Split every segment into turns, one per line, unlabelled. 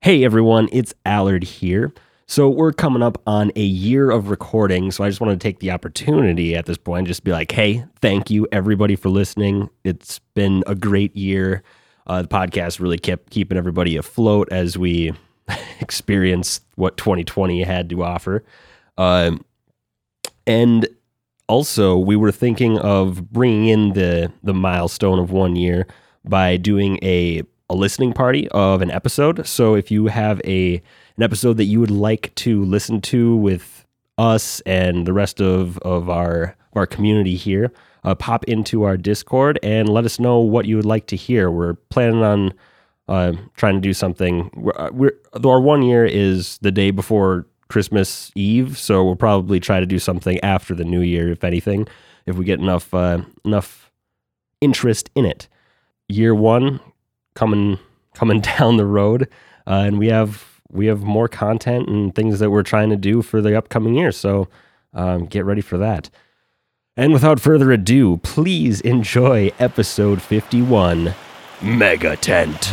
Hey everyone, it's Allard here. So we're coming up on a year of recording, so I just wanted to take the opportunity at this point just to be like, hey, thank you everybody for listening. It's been a great year. Uh, the podcast really kept keeping everybody afloat as we experience what 2020 had to offer. Um, and also, we were thinking of bringing in the the milestone of one year by doing a a listening party of an episode. So if you have a an episode that you would like to listen to with us and the rest of of our of our community here, uh, pop into our Discord and let us know what you would like to hear. We're planning on uh, trying to do something. We're, uh, we're our one year is the day before Christmas Eve, so we'll probably try to do something after the New Year, if anything, if we get enough uh, enough interest in it. Year one coming coming down the road, uh, and we have we have more content and things that we're trying to do for the upcoming year. So um, get ready for that. And without further ado, please enjoy episode fifty one, Mega Tent.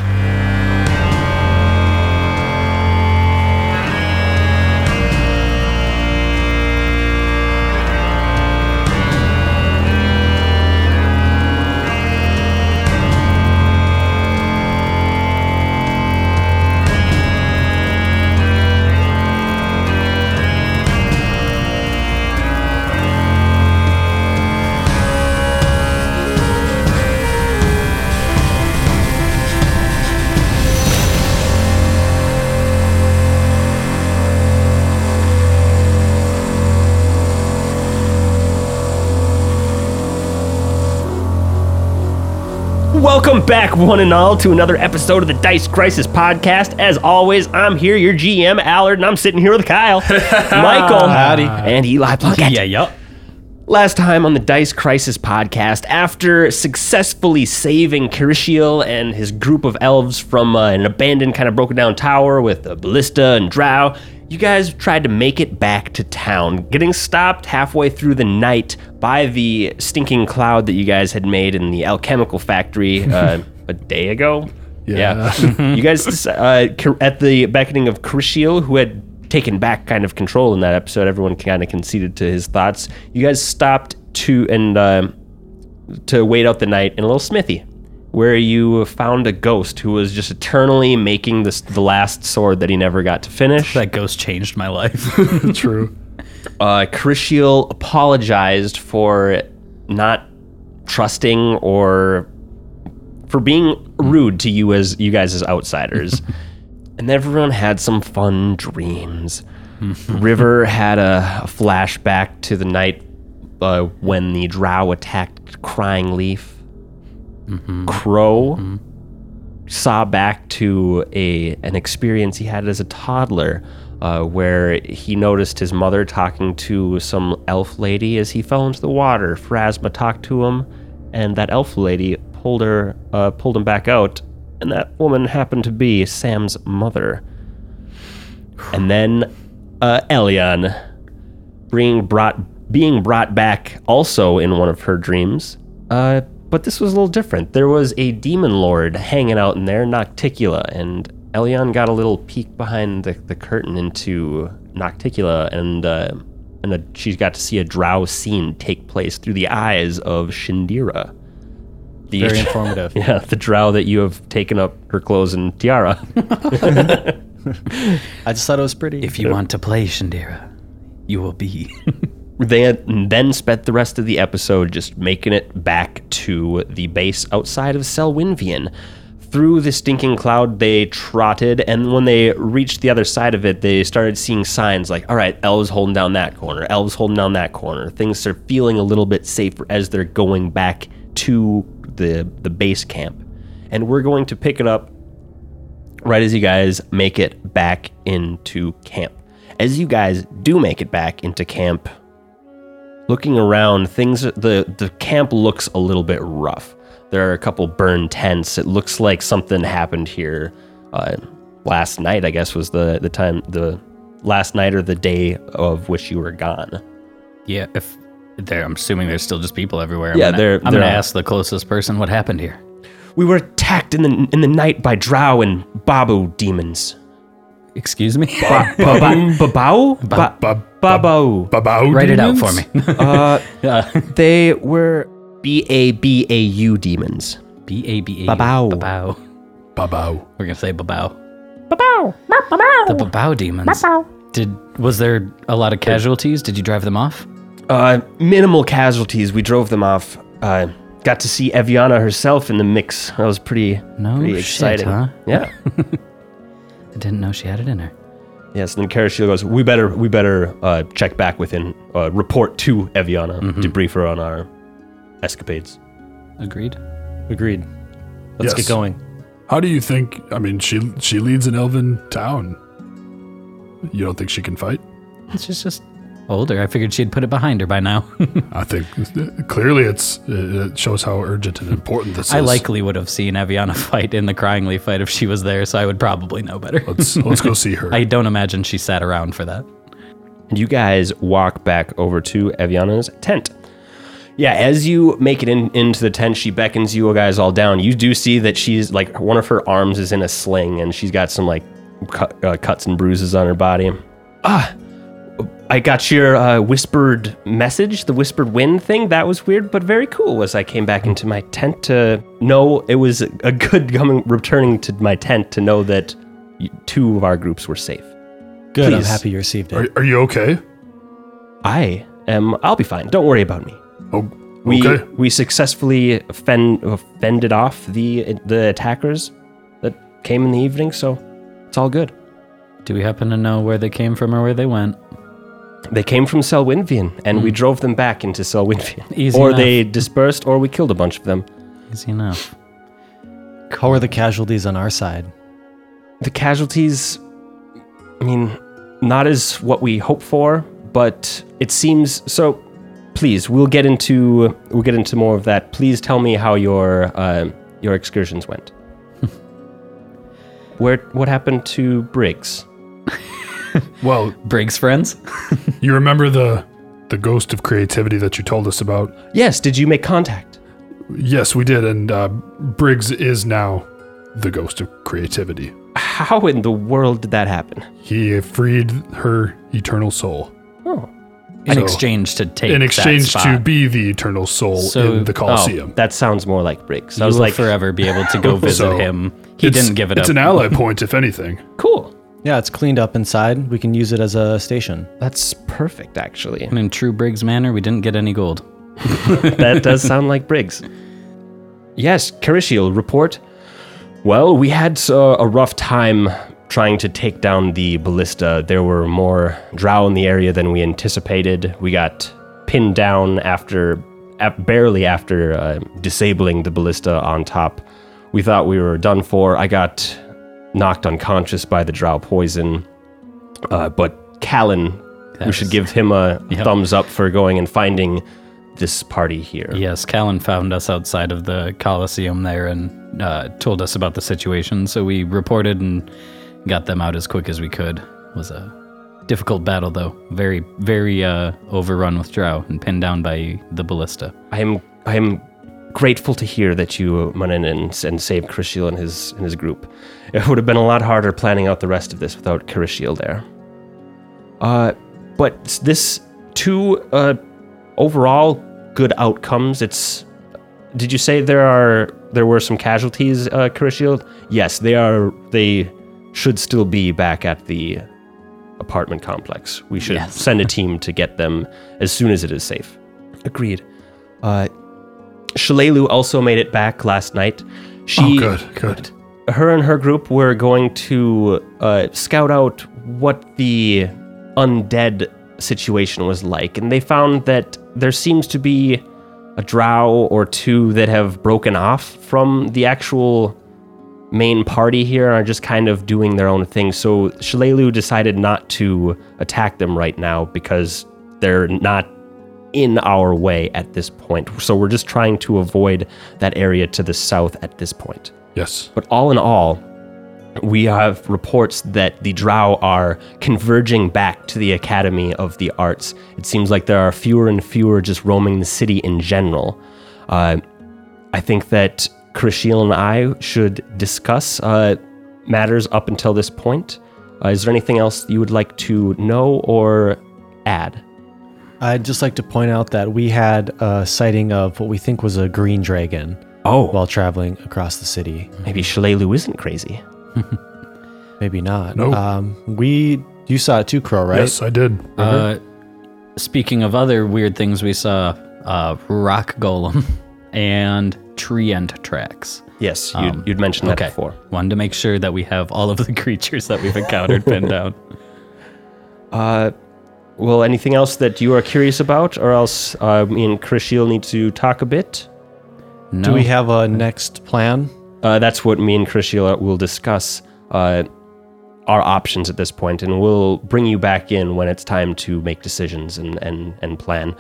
Welcome back, one and all, to another episode of the Dice Crisis Podcast. As always, I'm here, your GM, Allard, and I'm sitting here with Kyle, Michael,
Howdy.
and Eli Plunkett.
Yeah, yup.
Last time on the Dice Crisis podcast, after successfully saving Kirishiel and his group of elves from uh, an abandoned, kind of broken down tower with a ballista and drow, you guys tried to make it back to town, getting stopped halfway through the night by the stinking cloud that you guys had made in the alchemical factory uh, a day ago. Yeah. you guys, uh, Kir- at the beckoning of Crishiel, who had taken back kind of control in that episode, everyone kind of conceded to his thoughts. You guys stopped to and um to wait out the night in a little smithy, where you found a ghost who was just eternally making this the last sword that he never got to finish.
That ghost changed my life.
True.
uh, Crishiel apologized for not trusting or for being rude to you as you guys as outsiders. and everyone had some fun dreams. River had a, a flashback to the night uh, when the drow attacked Crying Leaf. Crow saw back to a an experience he had as a toddler, uh, where he noticed his mother talking to some elf lady as he fell into the water. Phrasma talked to him, and that elf lady pulled her uh, pulled him back out, and that woman happened to be Sam's mother. And then uh, Elion being brought being brought back also in one of her dreams. Uh, but this was a little different. There was a demon lord hanging out in there, Nocticula, and Elion got a little peek behind the, the curtain into Nocticula, and uh, and a, she's got to see a drow scene take place through the eyes of Shindira. The,
Very informative.
yeah, the drow that you have taken up her clothes and tiara.
I just thought it was pretty.
if you want to play Shandira, you will be.
They had then spent the rest of the episode just making it back to the base outside of Selwynvian. Through the stinking cloud, they trotted, and when they reached the other side of it, they started seeing signs like, all right, elves holding down that corner, elves holding down that corner. Things are feeling a little bit safer as they're going back to the, the base camp. And we're going to pick it up right as you guys make it back into camp. As you guys do make it back into camp, looking around things the the camp looks a little bit rough there are a couple burned tents it looks like something happened here uh, last night i guess was the the time the last night or the day of which you were gone
yeah, if there, I'm assuming there's still just people everywhere. I'm
Yeah,
gonna,
there-
I'm
there
gonna
are.
ask the closest person what happened here.
we were attacked in the in the night by drow and babu demons
Excuse me.
Babao?
Ba- ba-
Babao.
Write it out for me.
Uh,
Uh,
They were B A B A U demons.
B A B A.
Babao.
Babao.
Babao.
We're gonna say babao. Babao. The babao demons. Did was there a lot of casualties? Did you drive them off?
Uh, minimal casualties. We drove them off. Uh, got to see Eviana herself in the mix. That was pretty,
No
pretty
shit,
exciting.
huh?
Yeah.
I didn't know she had it in her.
yes. And then Karashil goes, "We better, we better uh, check back within, uh, report to Eviana,
Mm-hmm.
debrief her on our escapades."
Agreed.
Agreed.
Yes.
Let's get going.
How do you think? I mean, she she leads an elven town. You don't think she can fight?
She's just older. I figured she'd put it behind her by now.
I think clearly it's it shows how urgent and important this
I
is.
likely would have seen Aviana fight in the Crying Leaf fight if she was there, so I would probably know better.
Let's let's go see her.
I don't imagine she sat around for that.
And you guys walk back over to Eviana's tent. Yeah, as you make it in, into the tent, she beckons you guys all down. You do see that she's like one of her arms is in a sling, and she's got some like cut, uh, cuts and bruises on her body. Ah, I got your uh, whispered message, the whispered wind thing. That was weird, but very cool. As I came back into my tent to know, it was a good coming returning to my tent to know that y- two of our groups were safe.
Good. I'm
Please.
happy you received it.
are, are you okay?
I am. I'll be fine. Don't worry about me.
Oh,
We
okay.
we successfully fend, uh, fended off the the attackers that came in the evening, so it's all good.
Do we happen to know where they came from or where they went?
They came from Selwynvian, and we drove them back into Selwynvian.
Easy
or
enough.
they dispersed, or we killed a bunch of them.
Easy enough.
How are the casualties on our side?
The casualties, I mean, not as what we hoped for, but it seems so. Please, we'll get into we'll get into more of that. Please tell me how your uh, your excursions went. Where what happened to Briggs?
Well,
Briggs friends?
you remember the the ghost of creativity that you told us about?
Yes, did you make contact?
Yes, we did, and uh, Briggs is now the ghost of creativity.
How in the world did that happen?
He freed her eternal soul
Oh,
In
So-
exchange to take
in
that
exchange to
spot.
be the eternal soul
So- oh.
in the Colosseum.
that sounds more like Briggs. I
you
was
will
like,
forever be able to go visit
So,
him. He
It's-
didn't give it
It's
up.
an ally point, if anything.
cool.
Yeah, it's cleaned up inside. We can use it as a station.
That's perfect, actually.
and in true Briggs manner, we didn't get any gold.
that does sound like Briggs. Yes, Carishiel, report. Well, we had uh, a rough time trying to take down the ballista. There were more drow in the area than we anticipated. We got pinned down after, af- barely after uh, disabling the ballista on top. We thought we were done for. I got knocked unconscious by the drow poison. Uh, but Callan, we
Yes.
should give him a thumbs up for going and finding this party here.
Yes, Callan found us outside of the Colosseum there and uh, told us about the situation, so we reported and got them out as quick as we could. It was a difficult battle, though. Very, very uh, overrun with Drow and pinned down by the ballista.
I am I am grateful to hear that you went in and, and saved Carishiel and his and his group. It would have been a lot harder planning out the rest of this without Carishiel there. Uh, but this two uh, overall good outcomes. It's did you say there are there were some casualties, uh, Carishiel? Yes, they are. They should still be back at the apartment complex. We should
Yes.
send a team to get them as soon as it is safe. Agreed. Uh, Shalelu also made it back last night. She,
oh, good, good.
her, and her group were going to uh, scout out what the undead situation was like, and they found that there seems to be a drow or two that have broken off from the actual main party here and are just kind of doing their own thing. So Shalelu decided not to attack them right now because they're not in our way at this point. So we're just trying to avoid that area to the south at this point.
Yes.
But all in all, we have reports that the drow are converging back to the Academy of the Arts. It seems like there are fewer and fewer just roaming the city in general. Uh, I think that Krishiel and I should discuss uh, matters up until this point. Uh, is there anything else you would like to know or add?
I'd just like to point out that we had a sighting of what we think was a green dragon
Oh,
while traveling across the city.
maybe Shalelu isn't crazy.
Maybe not.
No.
Um, we you saw it too, Crow, right?
Yes, I did. Uh-huh.
Uh, speaking of other weird things, we saw uh, rock golem and tree end tracks. Um,
Yes, you'd, you'd mentioned that before.
Wanted to make sure that we have all of the creatures that we've encountered pinned down.
Uh, well, anything else that you are curious about, or else uh, me and Krishil need to talk a bit?
No.
Do we have a next plan?
Uh, that's what me and Krishila will discuss uh, our options at this point, and we'll bring you back in when it's time to make decisions and and and plan.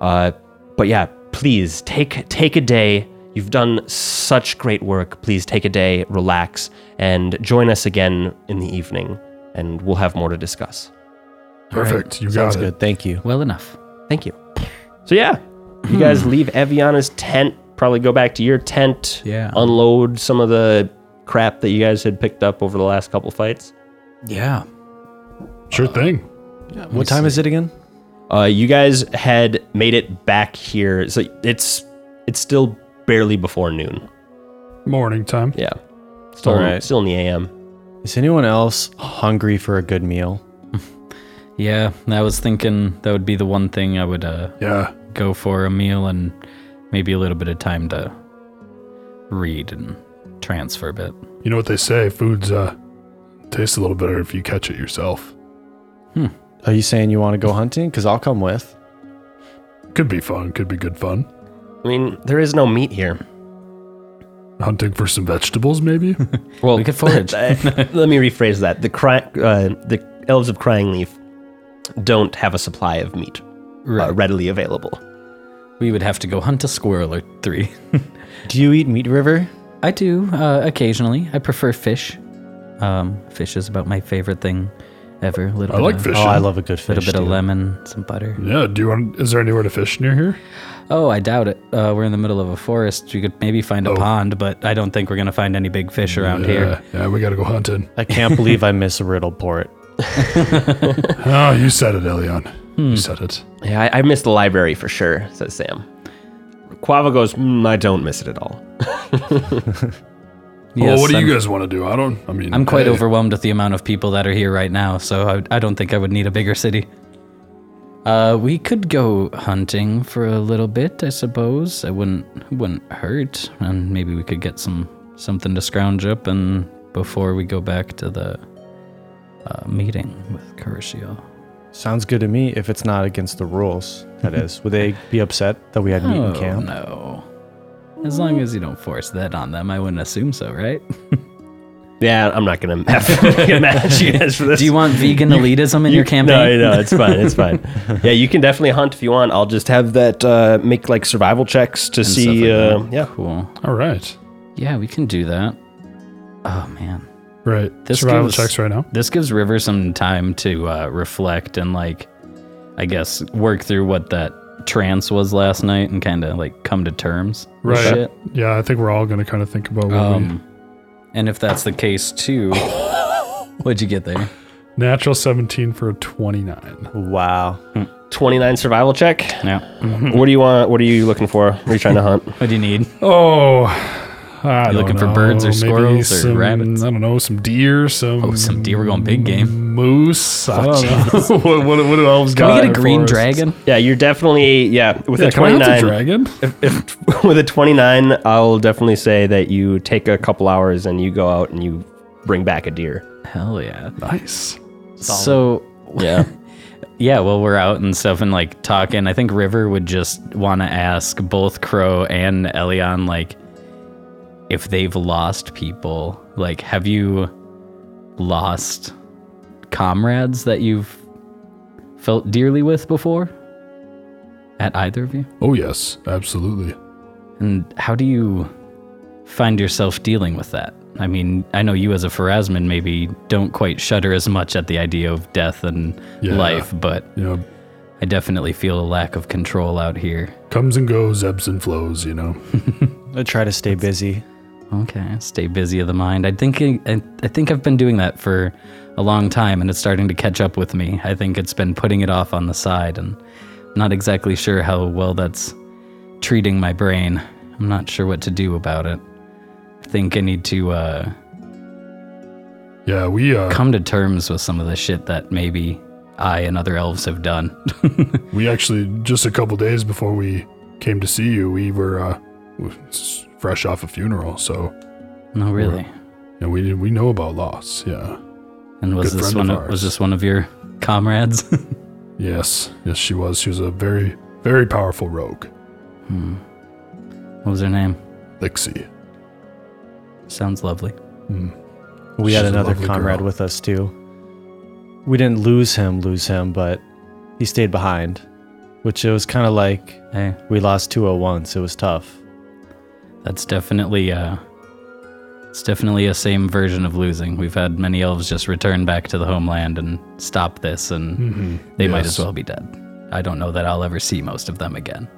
Uh, but yeah, please take take a day. You've done such great work. Please take a day, relax, and join us again in the evening, and we'll have more to discuss.
Perfect. You got
Sounds
it.
good. Thank you.
well enough.
Thank you. So yeah, you guys
Hmm.
leave Eviana's tent. Probably go back to your tent.
Yeah.
Unload some of the crap that you guys had picked up over the last couple fights.
Yeah.
Sure thing.
What time is it again?
Uh, you guys had made it back here, so it's it's still barely before noon.
Morning time.
Yeah, still
Alright.
still in the AM.
Is anyone else hungry for a good meal?
Yeah, I was thinking that would be the one thing I would uh,
Yeah.
go for a meal and maybe a little bit of time to read and transfer a bit.
You know what they say? Foods uh taste a little better if you catch it yourself.
Are you saying you want to go hunting? Because I'll come with.
Could be fun. Could be good fun.
I mean, there is no meat here.
Hunting for some vegetables, maybe.
Well,
We could forage.
Uh, let me rephrase that. The cry, uh, the elves of Crying Leaf don't have a supply of meat uh,
Right.
readily available.
We would have to go hunt a squirrel or three.
Do you eat meat river?
I do uh, occasionally. I prefer fish. Um, fish is about my favorite thing ever. A little
I
bit
like
of,
fishing.
Oh, I love a good
Little
fish.
bit of
dude.
lemon, some butter.
Yeah. Do you want? Is there anywhere to fish near here?
Oh, I doubt it. Uh, we're in the middle of a forest. You could maybe find a
Oh.
pond, but I don't think we're gonna find any big fish around
Yeah. Oh,
here.
Yeah. We gotta go hunting.
I can't believe I miss Riddleport.
Oh, you said it, Elion.
Hmm.
You said it.
Yeah, I, I miss the library for sure," says Sam. Quava goes, mm, "I don't miss it at all."
well, what do
I'm,
you guys want to do? I don't. I mean,
I'm quite
hey,
overwhelmed with the amount of people that are here right now, so I, I don't think I would need a bigger city. Uh, we could go hunting for a little bit, I suppose. It wouldn't wouldn't hurt, and maybe we could get some something to scrounge up, and before we go back to the uh, meeting with Karishio.
Sounds good to me if it's not against the rules. That is. Would they be upset that we had meat
Oh,
in camp?
Oh, no. As long as you don't force that on them, I wouldn't assume so, right?
Yeah, I'm not gonna have to get mad at you guys for this.
Do you want vegan elitism in your campaign?
No, no, it's fine. It's fine. yeah, you can definitely hunt if you want. I'll just have that uh, make like survival checks to
And stuff
see.
like
uh,
that.
yeah,
Cool.
All right.
Yeah, we can do that. Oh man.
Right.
This
Survival
gives-
checks right now.
This gives River some time to uh, reflect and like I guess work through what that trance was last night and kind of like come to terms. with
Right.
shit.
Yeah. I think we're all gonna kind of think about what we,
Um and if that's the case too, what'd you get there?
natural 17 for a 29.
Wow.
29 survival check.
Yeah.
what do you want? What are you looking for? What are you trying to hunt?
What do you need?
Oh.
You looking for birds or squirrels or
some,
rabbits?
I don't know. Some deer. Some.
Oh, some deer. We're going big game.
Moose. I don't know. what, what, what do elves
Can we
got?
get
in
a
their
green
forests?
dragon?
yeah, you're definitely yeah with
Yeah,
a
can I hunt a
29.
dragon?
If, if with a 29, I'll definitely say that you take a couple hours and you go out and you bring back a deer.
Hell yeah.
Nice.
So
Yeah.
yeah, well we're out and stuff and like talking. I think River would just want to ask both Crow and Elion like if they've lost people. Like have you lost comrades that you've felt dearly with before? At either of you?
Oh, yes. Absolutely.
And how do you find yourself dealing with that? I mean, I know you as a Pharasman maybe don't quite shudder as much at the idea of death and
Yeah.
life, but
You know,
I definitely feel a lack of control out here.
comes and goes, ebbs and flows, you know.
I try to stay busy.
Okay, stay busy of the mind. I think I, I think I've been doing that for a long time, and it's starting to catch up with me. I think it's been putting it off on the side, and I'm not exactly sure how well that's treating my brain. I'm not sure what to do about it. I think I need to uh,
Yeah, we uh,
come to terms with some of the shit that maybe I and other elves have done.
we actually just a couple days before we came to see you, we were uh, w- s- fresh off a funeral, so
no, really.
and we we know about loss. Yeah.
And was
Good
this
friend
one
of
of, was
ours.
this one of your comrades?
Yes. Yes, she was. She was a very very powerful rogue,
what was her name?
Lixie.
Sounds lovely.
We
She's
had
a
another
lovely
comrade
girl.
with us too. We didn't lose him, lose him, but he stayed behind, which it was kind of like
Hey,
we lost 2 once. It was tough.
That's definitely uh it's definitely a same version of losing. We've had many elves just return back to the homeland and stop this and they might as
Yes.
well be dead. I don't know that I'll ever see most of them again.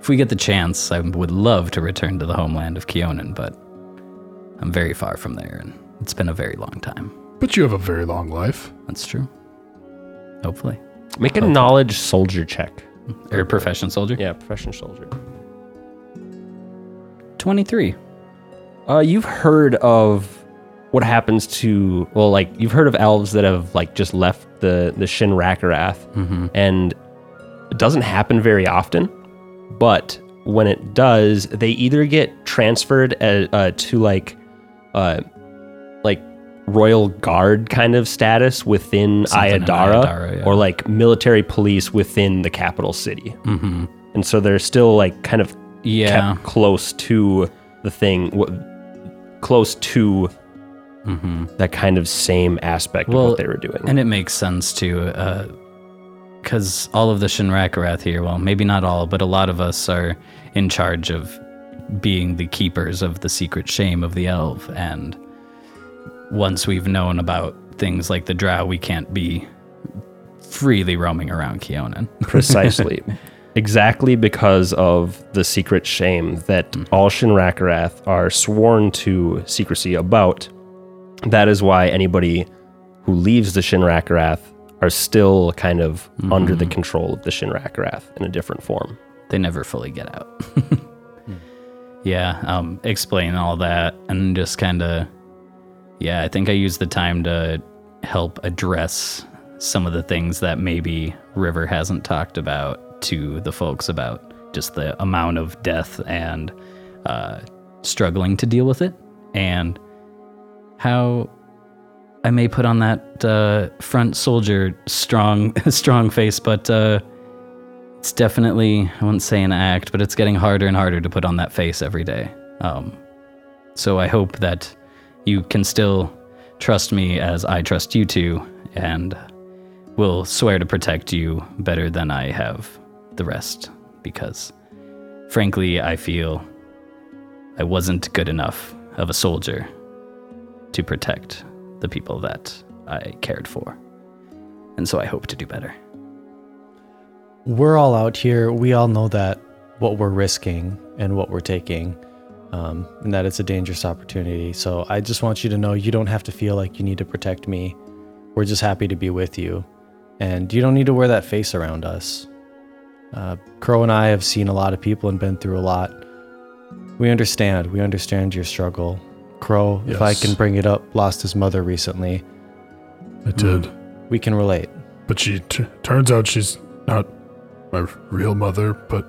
If we get the chance, I would love to return to the homeland of Keonan, but I'm very far from there and it's been a very long time.
But you have a very long life.
That's true. Hopefully.
Make a knowledge soldier check.
Or a profession soldier.
Yeah, professional soldier.
23.
Uh, you've heard of what happens to well, like you've heard of elves that have like just left the the Shin Rackarath,
Mm-hmm.
and it doesn't happen very often. But when it does, they either get transferred uh, uh, to like uh, like royal guard kind of status within
Something in
Ayadara,
Ayadara, yeah.
or like military police within the capital city,
Mhm.
and so they're still like kind of
Yeah.
kept close to the thing, w- close to that kind of same aspect of
Mm-hmm. Well,
what they were doing.
And it makes sense too, because all of the Shinrakarath here, well, maybe not all, but a lot of us are in charge of being the keepers of the secret shame of the elf. And once we've known about things like the drow, we can't be freely roaming around Keonan.
Precisely. exactly because of the secret shame that
Mm-hmm.
all Shinrakarath are sworn to secrecy about. That is why anybody who leaves the Shinrakarath are still kind of under
Mm-hmm.
the control of the Shinrakarath in a different form.
they never fully get out. yeah, um, explain all that and just kind of, yeah, I think I used the time to help address some of the things that maybe River hasn't talked about to the folks about just the amount of death and uh, struggling to deal with it and how I may put on that uh, front soldier strong strong face, but uh, it's definitely I wouldn't say an act, but it's getting harder and harder to put on that face every day. Um, so I hope that you can still trust me as I trust you two, and will swear to protect you better than I have the rest, because frankly, I feel I wasn't good enough of a soldier to protect the people that I cared for. And so I hope to do better.
we're all out here. We all know that what we're risking and what we're taking, um, and that it's a dangerous opportunity. So I just want you to know you don't have to feel like you need to protect me. We're just happy to be with you, and you don't need to wear that face around us. Uh, Crow and I have seen a lot of people and been through a lot. We understand. We understand your struggle. Crow, if I
Yes.
can bring it up, lost his mother recently.
I
Hmm.
did.
We can relate.
But she t- turns out she's not my r- real mother, but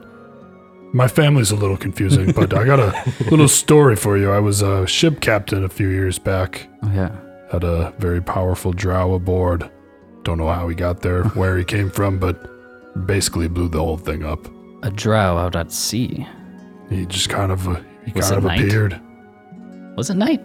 my family's a little confusing. but I got a little story for you. I was a ship captain a few years back.
Yeah.
Had a very powerful drow aboard. Don't know how he got there, where he came from, but basically blew the whole thing up.
a drow out at sea.
He just kind of uh, he
Was
kind
it
of
night?
appeared.
Was it night?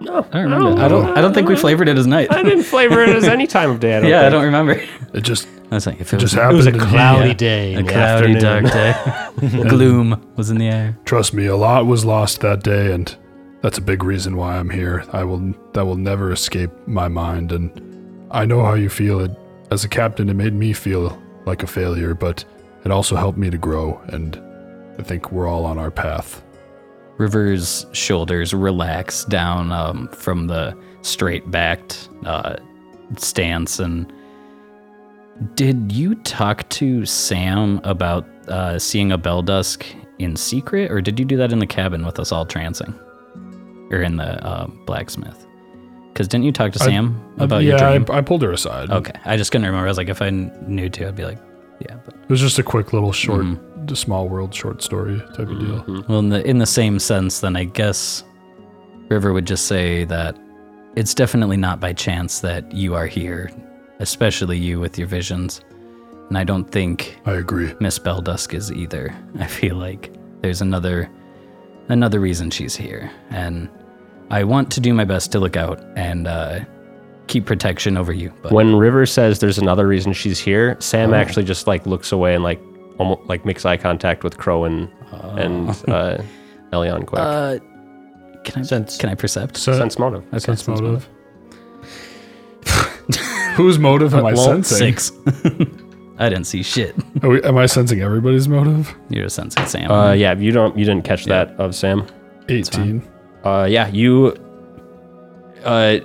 No,
I don't remember. I don't. I don't think we flavored it as night.
I didn't flavor it as any time of day. I don't
yeah, I
think.
don't remember.
It just
I was like, if it, was
just happened.
It was a
and he-
cloudy
Yeah.
day.
a
in the
cloudy,
afternoon.
dark day, gloom was in the air.
Trust me, a lot was lost that day, and that's a big reason why I'm here. I will that will never escape my mind, and I know how you feel. It as a captain, it made me feel like a failure, but it also helped me to grow, and I think we're all on our path.
River's shoulders relax down um, from the straight backed uh, stance. And did you talk to Sam about uh, seeing a Bell Dusk in secret, or did you do that in the cabin with us all trancing? Or in the uh, blacksmith? Because didn't you talk to Sam about your
yeah,
dream?
I, I pulled her aside.
Okay, I just couldn't remember. I was like, if I kn- knew to, I'd be like, yeah. But
It was just a quick little short, the small world short story type of deal.
well, in the in the same sense, then I guess River would just say that it's definitely not by chance that you are here, especially you with your visions, and I don't think
I agree.
Miss Beldusk is either. I feel like there's another another reason she's here, and I want to do my best to look out and uh, keep protection over you. But
When River says there's another reason she's here,
Oh.
Sam actually just like looks away and like almost like makes eye contact with Crow and
Oh.
and uh, Elion quick.
uh, can I
Sense.
can I percept?
Sen-
Sense motive.
Okay,
sense
sense
motive. Whose motive am I
Well,
sensing?
Six. I didn't see shit.
Are we, am I sensing everybody's motive?
You're sensing Sam.
Uh, yeah, you don't you didn't catch that of Sam.
18.
Uh, yeah, you. Uh,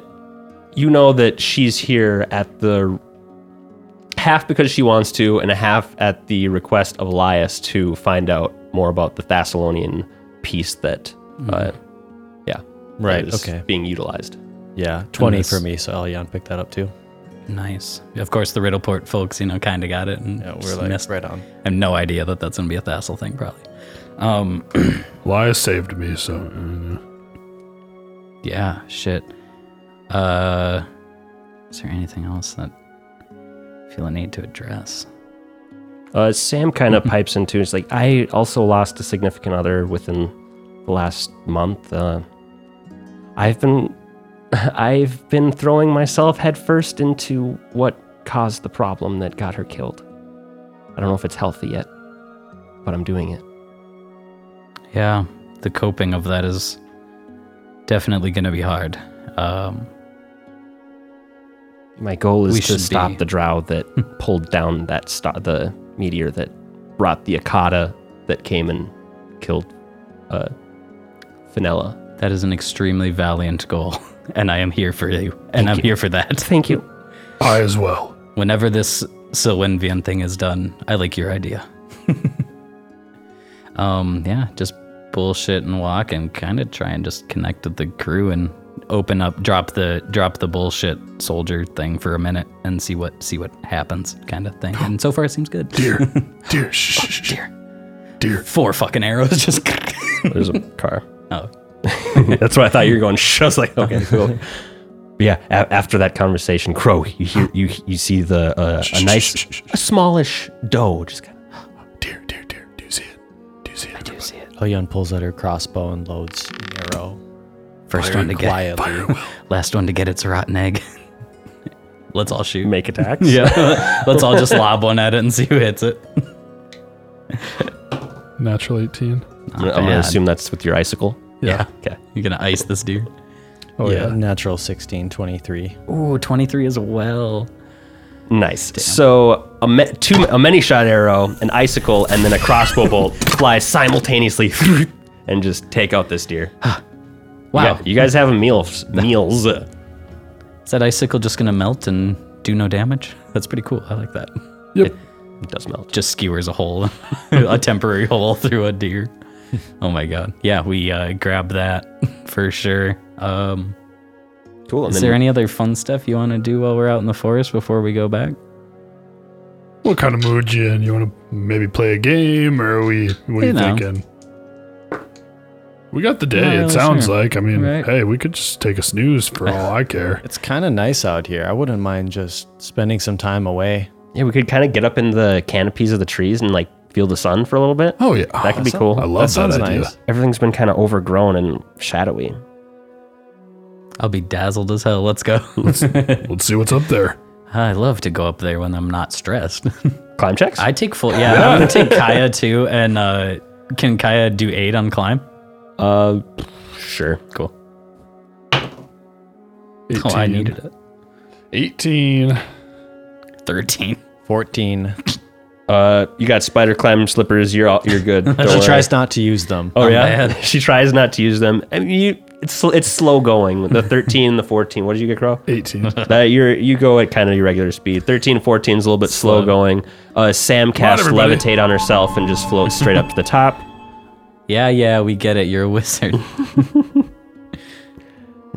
you know that she's here at the half because she wants to, and a half at the request of Elias to find out more about the Thessalonian piece that, uh, yeah,
Hmm. Right,
is
okay.
being utilized.
Yeah, 20
this-
for me, so Elion picked that up too.
nice. Of course, the Riddleport folks, you know, kind of got it. And
Yeah, we're
just
like
missed-
right on.
I have no idea that that's gonna be a Thassel thing, probably. Um,
Elias saved me, so. mm,
yeah, shit. Uh, is there anything else that I feel a need to address?
Uh, Sam kind
Mm-hmm.
of pipes into it's like I also lost a significant other within the last month. Uh, I've been I've been throwing myself headfirst into what caused the problem that got her killed. I don't know if it's healthy yet, but I'm doing it.
Yeah, the coping of that is definitely gonna be hard. Um,
My goal is
We
to
should
stop
be-
the drought that pulled down that sta the meteor that brought the Akata that came and killed uh, Finella.
that is an extremely valiant goal, and I am here for you, and I'm here for that.
Thank you.
I as well.
Whenever this Sylwenvian thing is done, I like your idea. um, yeah, just bullshit and walk and kind of try and just connect with the crew and open up, drop the drop the bullshit soldier thing for a minute and see what see what happens, kind of thing. And so far, it seems good.
Dear. Dear. Shh, shh, shh, shh. Dear.
Four fucking arrows, just.
There's a car.
oh,
That's what I thought you were going. Shh. I was like, okay, cool. But yeah, a- after that conversation, Crow, you hear, you you see the uh, a nice, a smallish doe just kind of
Dear, dear, dear. Do you see it? Do you see it? everybody?
Elion pulls out her crossbow and loads an arrow
first one to get,
quietly.
Fire will.
last one to get its rotten egg. Let's all shoot.
make attacks.
Yeah, let's all just lob one at it and see who hits it.
Natural 18.
I'm, gonna- I'm gonna
Bad.
assume that's with your icicle.
Yeah.
Okay.
You're going to ice this deer.
Oh, yeah.
Natural 16, 23.
Ooh, 23 as well.
Nice. So a me- two a many shot arrow, an icicle, and then a crossbow bolt flies simultaneously and just take out this deer.
Wow.
Yeah, you guys have a meal meals.
Is that icicle just going to melt and do no damage? That's pretty cool. I like that.
Yep.
It does melt.
Just skewers a hole, a temporary hole through a deer. Oh my god. Yeah, we uh, grab that for sure. Um,
Cool. And
is
then-
there any other fun stuff you want to do while we're out in the forest before we go back?
What kind of mood you in? You want to maybe play a game, or are we? What
You
are you
know.
thinking? We got the day.
really
it sounds
sure.
like. I mean,
Right.
hey, we could just take a snooze for all I care.
It's kind of nice out here. I wouldn't mind just spending some time away.
Yeah, we could kind of get up in the canopies of the trees and like feel the sun for a little bit.
Oh yeah,
That could be
sounds-
cool.
I love that,
sounds
idea.
nice.
Everything's been kind of overgrown and shadowy.
I'll be dazzled as hell. Let's go.
Let's see what's up there.
I love to go up there when I'm not stressed.
Climb checks?
I take full. Yeah, I'm gonna take Kaya too. And uh, can Kaya do eight on climb?
uh, sure.
Cool.
18,
Oh, I needed it.
Eighteen.
Thirteen.
14.
Uh, you got spider climb slippers. You're all, you're good. Don't
She
worry.
tries not to use them. Um,
Oh yeah,
bad.
she tries not to use them. I mean, you, it's sl- it's slow going. The 13, the 14. What did you get, Crow?
18.
That you're you go at kind of your regular speed. 13, 14 is a little bit slow, going. Uh, Sam casts
everybody.
levitate on herself and just floats straight up to the top.
Yeah, yeah, we get it. You're a wizard.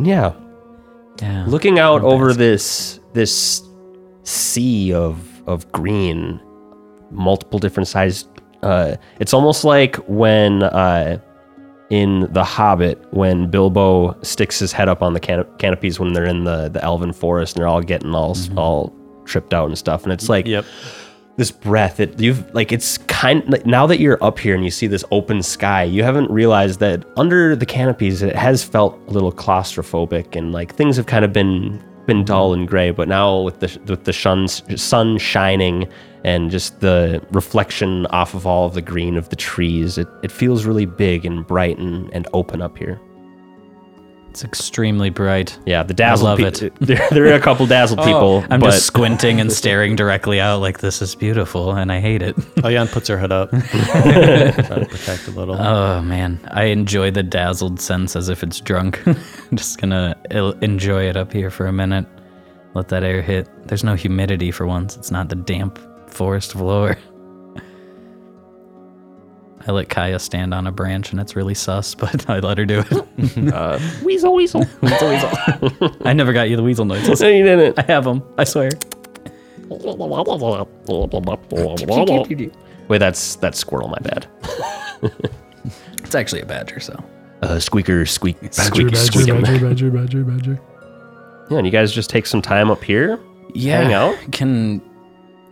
Yeah,
Yeah.
looking out over this this sea of of green, multiple different sized. Uh, it's almost like when uh, in The Hobbit when Bilbo sticks his head up on the can- canopies when they're in the the elven forest and they're all getting all s all tripped out and stuff, and it's like this breath it you've like it's kind like, now that you're up here and you see this open sky you haven't realized that under the canopies it has felt a little claustrophobic and like things have kind of been been dull and gray but now with the with the sun sun shining and just the reflection off of all of the green of the trees it, it feels really big and bright and, and open up here
It's extremely bright.
yeah the dazzle
love
pe-
it.
there, there are a couple dazzle people
I'm
but
just squinting and staring directly out like this is beautiful and I hate it.
Ayan puts her head up. Try to protect a little.
Oh man, I enjoy the dazzled sense as if it's drunk. I'm just gonna il- enjoy it up here for a minute. Let that air hit. There's no humidity for once. It's not the damp forest floor. I let Kaya stand on a branch and it's really sus, but I let her do it.
weasel weasel
I never got you the weasel noises.
no you didn't
I have them, I swear.
wait that's that's squirrel my bad
It's actually a badger, so.
uh, squeaker squeak
Badger,
squeaky
badger,
squeakum.
badger, badger, badger, badger.
Yeah, and you guys just take some time up here.
yeah,
hang out?
Can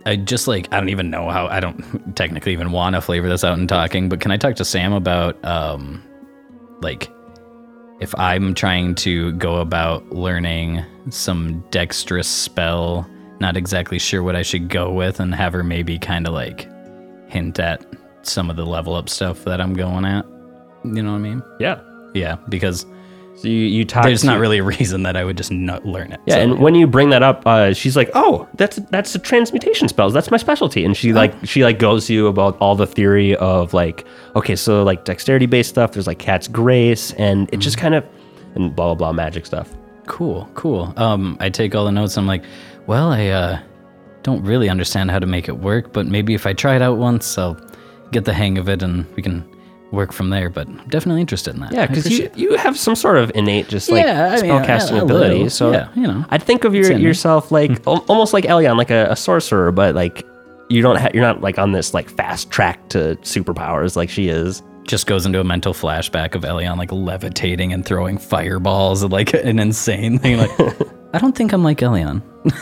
I just like I don't even know how I don't technically even want to flavor this out in talking, but can I talk to Sam about um like if I'm trying to go about learning some dexterous spell, not exactly sure what I should go with and have her maybe kind of like hint at some of the level up stuff that I'm going at. You know what I mean?
Yeah.
Yeah, because
So you you talk.
there's
to-
not really a reason that I would just not learn it.
Yeah,
so-
and when you bring that up, uh, she's like, "Oh, that's that's the transmutation spells. That's my specialty." And
Oh.
she like she like goes to you about all the theory of like, okay, so like dexterity based stuff. There's like cat's grace, and it
Mm-hmm.
just kind of and blah blah blah magic stuff.
Cool, cool. Um, I take all the notes. I'm like, well, I uh, don't really understand how to make it work, but maybe if I try it out once, I'll get the hang of it, and we can work from there. But I'm definitely interested in that.
Yeah,
I
because
appreciate
you,
it.
you have some sort of innate just like
Yeah, I mean,
spellcasting
a- a little,
ability. So
yeah, you know.
I'd think of your,
in Hmm. me.
yourself like al- almost like Elyon, like a, a sorcerer, but like you don't ha- you're not like on this like fast track to superpowers like she is.
just goes into a mental flashback of Elion like levitating and throwing fireballs and like an insane thing. Like, I don't think I'm like Elion.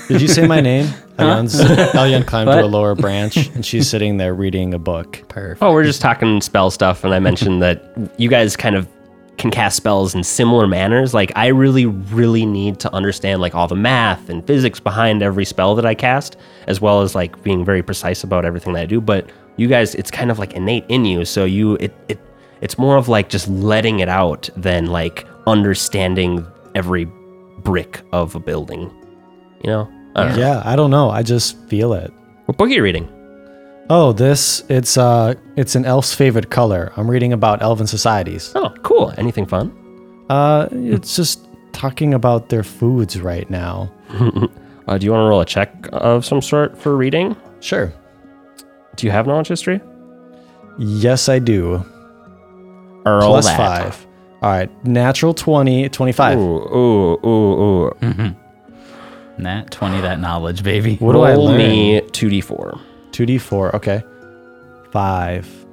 Did you say my name? Elyan's, Elyan climbed to a lower branch and she's sitting there reading a book.
Perfect.
Oh, we're just talking spell stuff, and I mentioned that you guys kind of can cast spells in similar manners. Like I really, really need to understand like all the math and physics behind every spell that I cast, as well as like being very precise about everything that I do. But you guys, it's kind of like innate in you, so you it it it's more of like just letting it out than like understanding every brick of a building. You know? I don't know.
Yeah, I don't know. I just feel it.
What book are you reading?
Oh, this it's uh it's an elf's favorite color. I'm reading about elven societies.
Oh, cool. Anything fun?
Uh it's just talking about their foods right now.
Uh, do you want to roll a check of some sort for reading?
Sure.
Do you have knowledge history?
Yes, I do.
Earl
Plus 5. All right, natural 20, 25.
Ooh, ooh, ooh, ooh.
Nat twenty, that knowledge, baby.
What do I
Roll
learn?
me 2d4.
2d4. Okay. 5.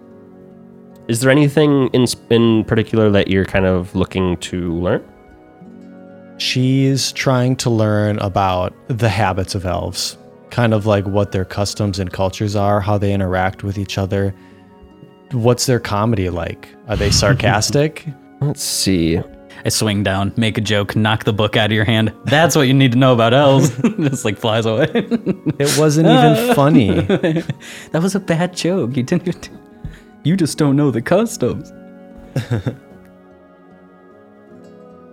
Is there anything in, in particular that you're kind of looking to learn?
She's trying to learn about the habits of elves, kind of like what their customs and cultures are, how they interact with each other. What's their comedy like? Are they sarcastic?
Let's see.
I swing down, make a joke, knock the book out of your hand. That's what you need to know about elves. just like flies away.
it wasn't even funny.
That was a bad joke. You didn't even. You just don't know the customs.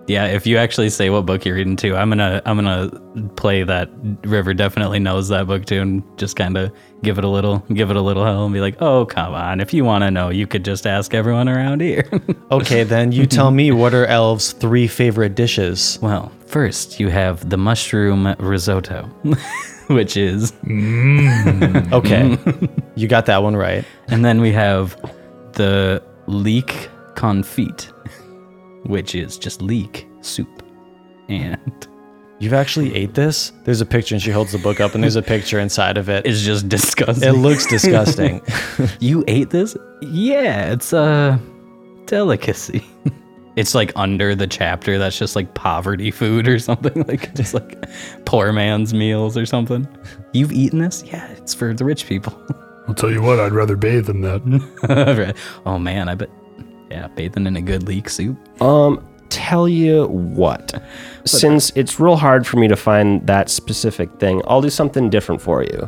Yeah, if you actually say what book you're reading too, I'm gonna I'm gonna play that River definitely knows that book too, and just kind of give it a little give it a little hell and be like, oh come on, if you want to know, you could just ask everyone around here.
Okay, then you tell me what are elves' three favorite dishes?
well, first you have the mushroom risotto, which is,
Okay, you got that one right.
and then we have the leek confit, which is just leek soup, and
You've actually ate this? There's a picture, and she holds the book up, and there's a picture inside of it.
it's just disgusting.
It looks disgusting.
You ate this? Yeah, it's a delicacy. It's like under the chapter that's just like poverty food or something like just like poor man's meals or something. You've eaten this? Yeah, it's for the rich people.
I'll tell you what, I'd rather bathe than that.
Right. oh man, I bet. Yeah, bathing in a good leek soup.
Um, tell you what, since it's real hard for me to find that specific thing, I'll do something different for you.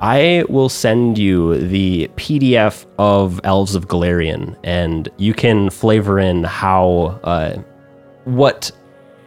I will send you the PDF of Elves of Galarian, and you can flavor in how, uh, what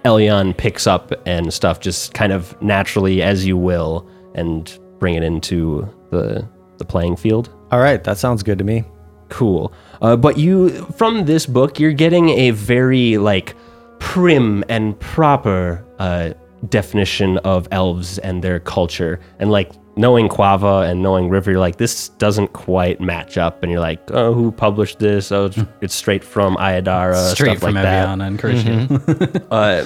Elyon picks up and stuff, just kind of naturally as you will, and bring it into the the playing field
All right, that sounds good to me.
cool. Uh, but you, from this book, you're getting a very like prim and proper uh, definition of elves and their culture. And like knowing Quava and knowing River, you're like, this doesn't quite match up. And you're like, oh, who published this? Oh, it's, it's straight from Iodara.
Hmm. Straight
stuff
from
like that.
Aviana and Christian.
Uh,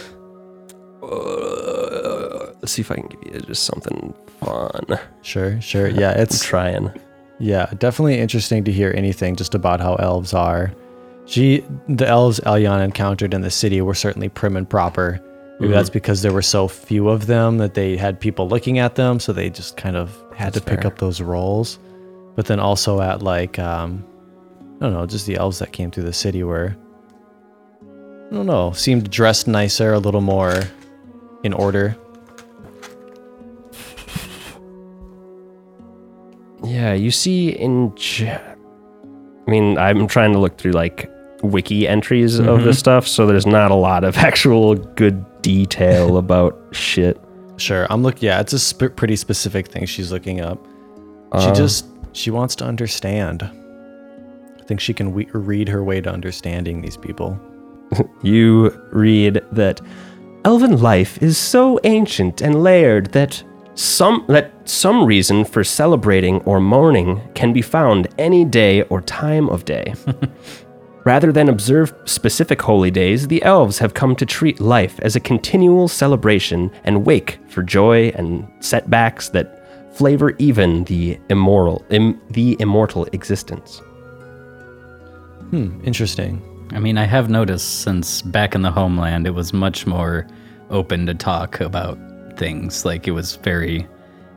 uh, let's see if I can give you just something fun.
Sure, sure. Yeah, it's
Trying.
yeah, definitely interesting to hear anything just about how elves are. She, the elves Elyon encountered in the city were certainly prim and proper. Maybe that's because there were so few of them that they had people looking at them, so they just kind of had to pick up those roles. But then also at like, um, I don't know, just the elves that came through the city were, I don't know, seemed dressed nicer, a little more in order.
Yeah, you see in. ge- I mean, I'm trying to look through like wiki entries of this stuff, so there's not a lot of actual good detail about shit.
Sure, I'm look. Yeah, it's a sp- pretty specific thing she's looking up. She just she wants to understand. I think she can we- read her way to understanding these people.
You read that elven life is so ancient and layered that some that some reason for celebrating or mourning can be found any day or time of day. Rather than observe specific holy days, the elves have come to treat life as a continual celebration and wake for joy and setbacks that flavor even the immoral im, the immortal existence.
Hmm, interesting.
I mean, I have noticed since back in the homeland, it was much more open to talk about things. Like it was very,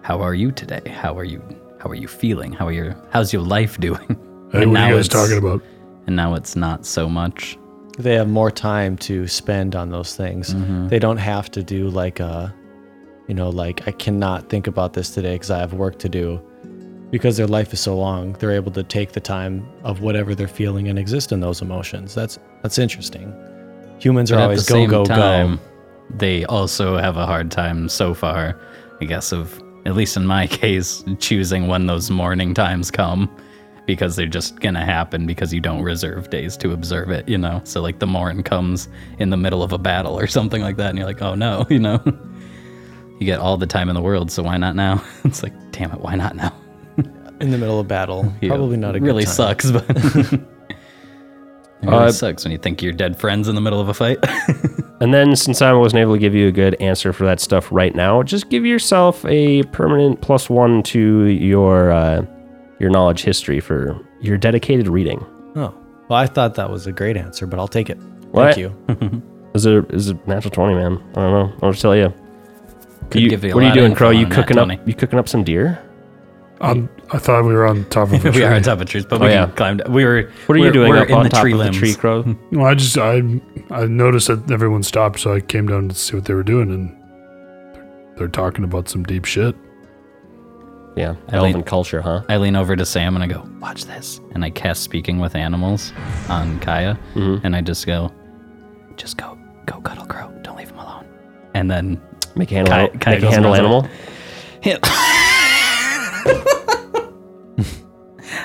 how are you today? How are you? How are you feeling? How are your? How's your life doing?
Hey, what are you guys
it's-
talking about?
And now it's not so much.
They have more time to spend on those things. They don't have to do like a, you know, like I cannot think about this today because I have work to do. Because their life is so long, they're able to take the time of whatever they're feeling and exist in those emotions. That's that's interesting. Humans are
But
always go go go.
they also have a hard time so far, I guess, of at least in my case, choosing when those morning times come because they're just gonna happen because you don't reserve days to observe it, you know? So like the morn comes in the middle of a battle or something like that, and you're like, oh no, you know? You get all the time in the world, so why not now? It's like, damn it, why not now?
in the middle of battle.
You know,
Probably not a good
really
time.
sucks, but it really
Uh,
sucks when you think you're dead friends in the middle of a fight.
And then, since I wasn't able to give you a good answer for that stuff right now, just give yourself a permanent plus one to your uh, your knowledge history for your dedicated reading.
Oh, well, I thought that was a great answer, but I'll take it.
What?
Thank you.
Is it is it natural twenty, man? I don't know. I'll just tell you.
Could
You-
give you a
what are you
lot of
doing, Crow?
info
You
on that,
cooking up?
20.
You cooking up some deer?
Um, I thought we were on top of a
we
tree.
are on top of trees, but we
Oh, yeah.
can climbed. We were.
What are you
we're-
doing
We're
up
in
on
the
top
tree
of the
limbs.
tree, Crow?
Well, I just I I noticed that everyone stopped, so I came down to see what they were doing, and they're, they're talking about some deep shit.
Yeah,
Ellie-
elven culture, huh?
I lean over to Sam and I go, "Watch this," and
Mm-hmm.
I cast "Speaking with Animals" on Kaya, and I just go, "Just go, Go cuddle Crow. Don't leave him alone. And then
Make a handle,
Kai-
animal-
Kai
make a
goes
handle
another-
animal.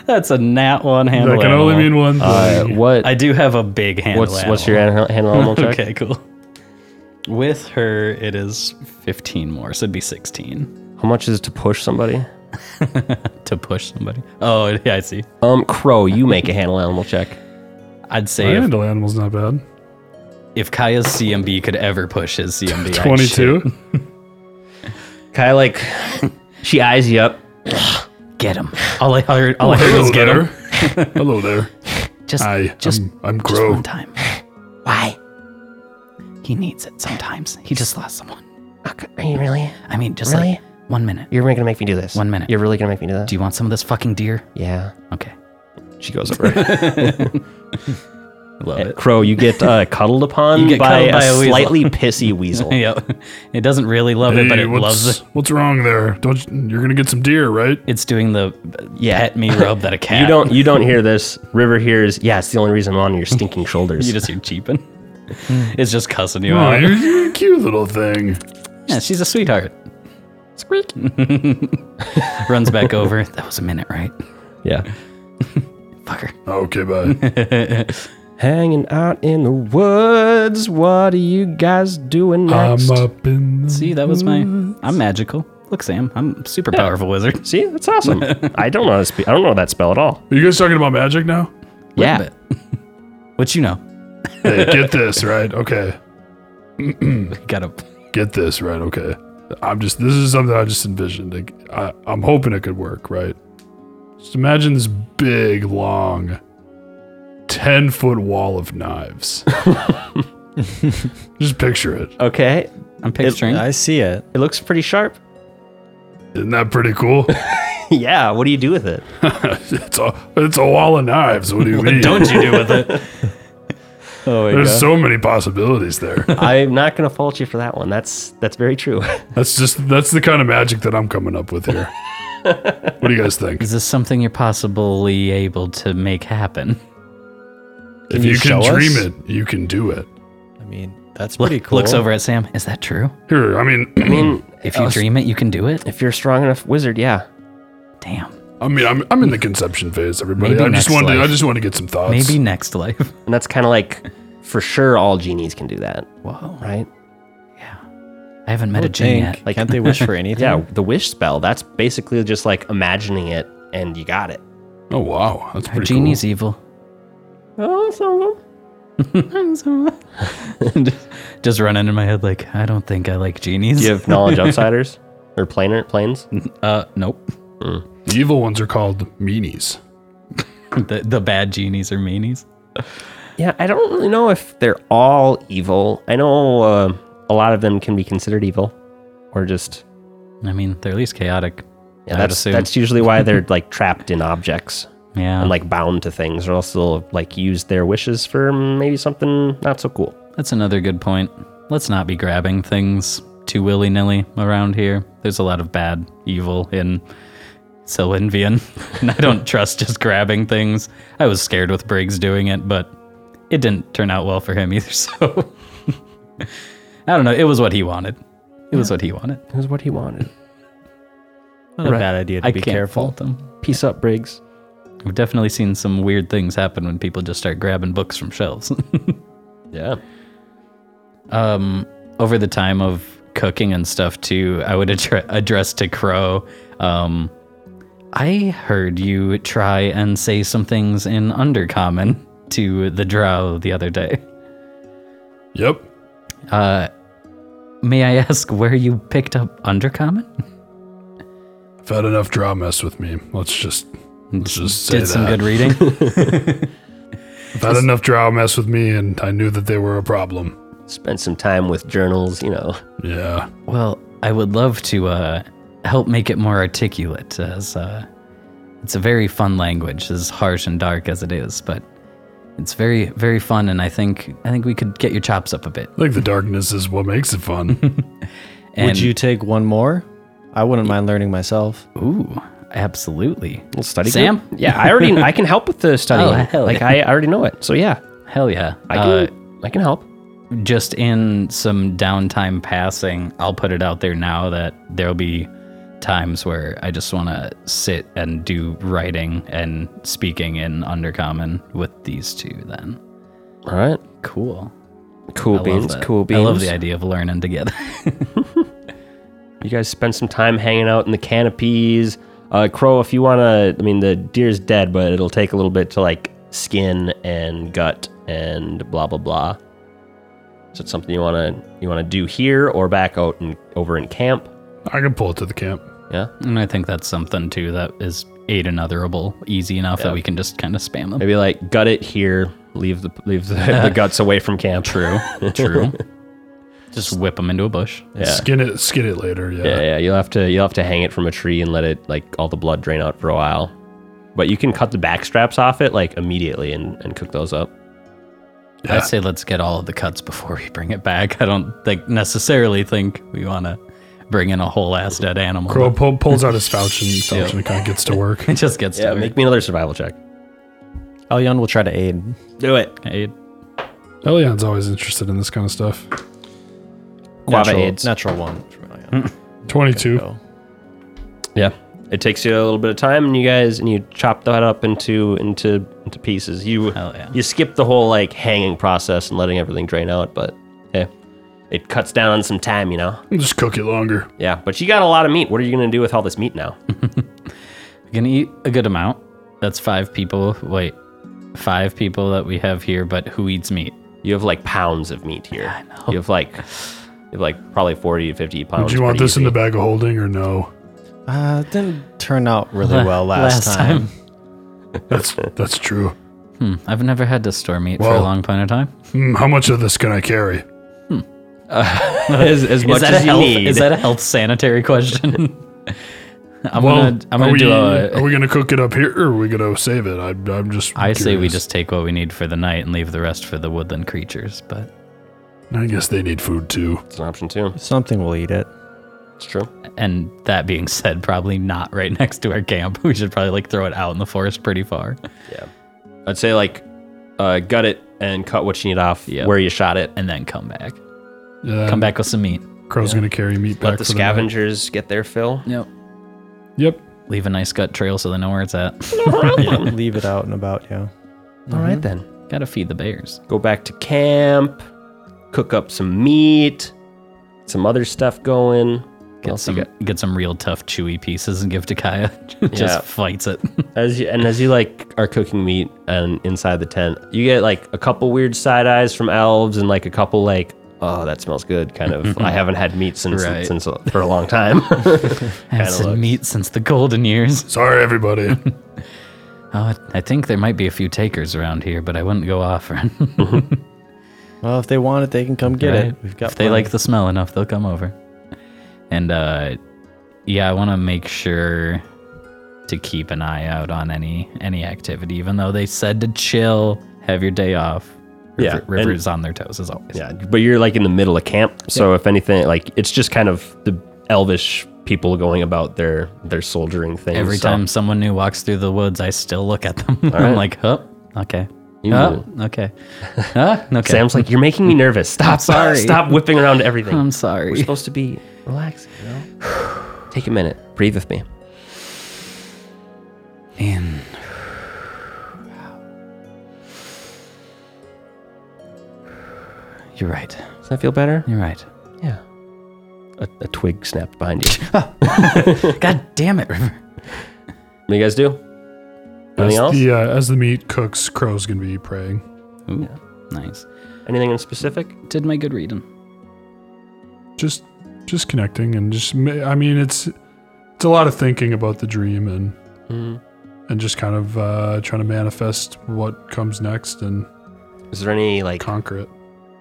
that's a nat one handle.
That can only
animal.
mean one
Uh,
thing.
what?
I do have a big handle.
what's what's your
animal.
handle, handle animal check?
Okay, cool. With her, it is 15 more, so it'd be 16
How much is it to push somebody?
to push somebody. Oh, yeah, I see.
Um, Crow, you make a handle animal check.
I'd
My
say if,
handle animal's not bad.
if Kaya's CMB could ever push his CMB, I'd shit.
22.
Kai like she eyes you up.
Get him. All I heard, all I heard was get him.
Hello there.
Just,
Hi,
just,
I'm, I'm
just
Crow.
one time. Why? He needs it sometimes. He just lost someone.
Are you really?
I mean, just
Really?
like one minute.
You're really gonna make me do this?
One minute.
You're really gonna make me do that?
Do you want some of this fucking deer?
yeah.
Okay.
She goes over.
Love it.
Crow, you get uh, cuddled upon
You get
by,
cuddled by
a,
a weasel.
slightly pissy weasel.
yeah. It doesn't really love it, but
Hey,
it
what's,
loves it.
What's wrong there? Don't you, you're gonna get some deer, right?
It's doing the uh,
Yeah.
pet me rub that a cat.
You don't. You don't hear this. River hears. Yeah, it's the only reason I'm on your stinking shoulders.
You just hear cheeping. it's just cussing you
Oh,
out.
you're, you're a cute little thing.
Yeah, she's a sweetheart.
squeak.
Runs back over. That was a minute, right?
Yeah.
Fucker.
Okay, bye.
Hanging out in the woods. What are you guys doing next?
I'm up in the
See, that was my. I'm magical. Look, Sam, I'm super powerful wizard.
See, that's awesome. I don't know. How to spe- I don't know that spell at all.
Are you guys talking about magic now?
Yeah.
What you know?
Hey, get this, right? Okay.
Got a.
Get this, right? Okay. I'm just this is something I just envisioned. Like, I, I'm hoping it could work, right? Just imagine this big, long, ten foot wall of knives. just picture it.
Okay.
I'm picturing.
I see it.
It looks pretty sharp.
Isn't that pretty cool?
yeah. What do you do with it?
it's a it's a wall of knives. What do you mean?
don't you do with it?
Oh
There's so many possibilities there.
I'm not gonna fault you for that one. That's that's very true.
That's just that's the kind of magic that I'm coming up with here. what do you guys think?
Is this something you're possibly able to make happen?
if
you
you, can
show
dream
us?
it, you can do it.
I mean, that's
Look,
pretty cool.
Looks over at Sam. Is that true?
Here, I
I
mean,
mean,
If you
us-
dream it, you can do it.
if you're a strong enough wizard, yeah.
Damn.
I mean, I'm, I'm in the conception phase, everybody.
Maybe
I just
next
want to I
life.
just want to get some thoughts.
Maybe next life.
And that's kind of like, for sure, all genies can do that,
Whoa.
right?
I haven't met a
I would
genie
think.
yet.
Can't they wish for anything?
Yeah. The wish spell. That's basically just like imagining it, and you got it.
Oh wow, that's
Our
pretty
genie's evil.
Oh, some of them.
just, just running in my head like I don't think I like genies.
Do you have knowledge outsiders or planar planes?
Uh, nope.
cool. The evil ones are called meanies.
The the bad genies are meanies.
Yeah, I don't really know if they're all evil. I know uh, a lot of them can be considered evil, or just
I mean, they're at least chaotic.
yeah.
I would
that's
assume.
that's usually why they're like trapped in objects
yeah.
and like bound to things, or else they'll like use their wishes for maybe something not so cool.
that's another good point. Let's not be grabbing things too willy nilly around here. There's a lot of bad evil in Sylvanvian, and I don't trust just grabbing things. I was scared with Briggs doing it, but it didn't turn out well for him either. So I don't know. It was what he wanted. It was what he wanted.
Is what he wanted.
Not a bad idea to
I
be
can't
careful.
fault him.
Peace up, Briggs.
I've definitely seen some weird things happen when people just start grabbing books from shelves.
Yeah.
um, over the time of cooking and stuff, too, I would addre- address to Crow. Um, I heard you try and say some things in Undercommon to the Drow the other day.
Yep.
Uh, may I ask where you picked up Undercommon?
I've had enough draw mess with me. Let's just let's just say
Did some
that.
good reading.
I've had enough draw mess with me, and I knew that they were a problem.
Spent some time with journals, you know.
Yeah.
Well, I would love to uh, help make it more articulate, as uh, it's a very fun language, as harsh and dark as it is. But it's very, very fun, and I think I think we could get your chops up a bit.
I think the darkness is what makes it fun.
And,
Would you take one more? I wouldn't mind learning myself.
Ooh, absolutely.
Little study
Sam?
group. Yeah, I already I can help with the study.
Oh, hell
like
yeah.
I already know it. So yeah,
Hell yeah!
I
Uh,
can I can help.
just in some downtime passing, I'll put it out there now that there'll be times where I just want to sit and do writing and speaking in Undercommon with these two. Then
All right.
cool.
Cool
I love
beans.
that.
Cool beans.
I love the idea of learning together.
You guys spend some time hanging out in the canopies. Uh, Crow, if you want to, I mean, the deer's dead, but it'll take a little bit to like skin and gut and blah blah blah. Is it something you want to you want to do here or back out and over in camp?
I can pull it to the camp.
Yeah,
and I think that's something too that is eight and otherable, easy enough that we can just kind of spam them.
maybe like gut it here, leave the leave the, the guts away from camp. True.
True. just whip them into a bush.
Yeah.
Skin it, skin it later. Yeah.
Yeah, yeah. You'll have to you'll have to hang it from a tree and let it like all the blood drain out for a while. But you can cut the back straps off it like immediately and, and cook those up.
I say let's get all of the cuts before we bring it back. I don't think necessarily think we want to bring in a whole ass dead animal.
Crow pull, pulls out his falchion, falchion and kind of gets to work.
It just gets
Yeah,
to
make me another survival check.
Elyon Oh, will try to aid.
Do it.
Eight.
Elion's always interested in this kind of stuff.
Guava
natural,
aids.
Natural one. from Elyon.
22.
So,
Yeah. It takes you a little bit of time and you guys and you chop that up into into into pieces. You
Hell yeah.
you skip the whole like hanging process and letting everything drain out, but hey. It cuts down on some time, you know?
Just cook it longer.
Yeah. But you got a lot of meat. What are you gonna do with all this meat now?
We're gonna eat a good amount. That's five people. Wait, five people that we have here. But who eats meat?
You have like pounds of meat here. I know. You have like you have like probably forty to fifty pounds.
Do you want
pretty
this in the
easy.
bag of holding or no?
uh, it didn't turn out really well last, time.
That's that's true.
Hmm, I've never had to store meat for a
Well,
long point of time.
Hmm, how much of this can I carry?
as, as much
is that
as
a
you
health?
need?
Is that a health sanitary question? I'm
Well,
gonna. I'm
are
gonna
we,
do a.
Are we gonna cook it up here, or are we gonna save it? I, I'm just.
I say we
curious.
just take what we need for the night and leave the rest for the woodland creatures. But
I guess they need food too.
It's an option too.
Something will eat it.
It's true.
And that being said, probably not right next to our camp. We should probably like throw it out in the forest pretty far.
Yeah. I'd say like uh, gut it and cut what you need off
Yeah.
where you shot it.
And then come back.
Yeah,
Um,
Come back with some meat.
Uh, Crow's gonna carry meat back.
Let the
for night.
scavengers get their fill.
Yep.
Yep.
Leave a nice gut trail so they know where it's at.
Leave it out and about, yeah.
All right then.
Gotta feed the bears.
Go back to camp. Cook up some meat. Some other stuff going. What
Get
else you
some
got?
get some real tough chewy pieces and give to Kaya. Just
Yeah.
fights it.
As you, and as you like are cooking meat and inside the tent, you get like a couple weird side eyes from elves and like a couple like, oh, that smells good. Kind of. I haven't had meat since
Right.
since uh, for a long time.
Haven't
Kinda looks-
seen meat since the golden years.
Sorry, everybody.
Oh, I think there might be a few takers around here, but I wouldn't go offering.
Well, if they want it, they can come get
Right.
it. We've got.
if they
plenty.
like the smell enough, they'll come over. And uh yeah, I want to make sure to keep an eye out on any any activity even though they said to chill, have your day off.
Yeah,
River, River's on their toes as always.
Yeah, but you're like in the middle of camp, so if anything, like it's just kind of the elvish people going about their their soldiering thing.
Every
so-
time someone new walks through the woods, I still look at them.
right.
I'm like, "Huh? Okay.
You
Oh, okay. Huh? Okay.
Sam's like, "You're making me nervous. Stop!
sorry.
Stop whipping around everything.
I'm
We're
sorry.
supposed to be relaxing. You know? Take a minute. Breathe with me.
In. You're right.
Does that feel better?
You're right.
Yeah. A, a twig snapped behind you.
God damn it, River.
what do you guys do?
as
Anything else?
the uh, as the meat cooks, Crow's gonna be praying.
Ooh, nice.
Anything in specific?
Did my good reading.
Just just connecting and just. ma- I mean, it's it's a lot of thinking about the dream and and just kind of uh, trying to manifest what comes next and
Is there any like
conquer it.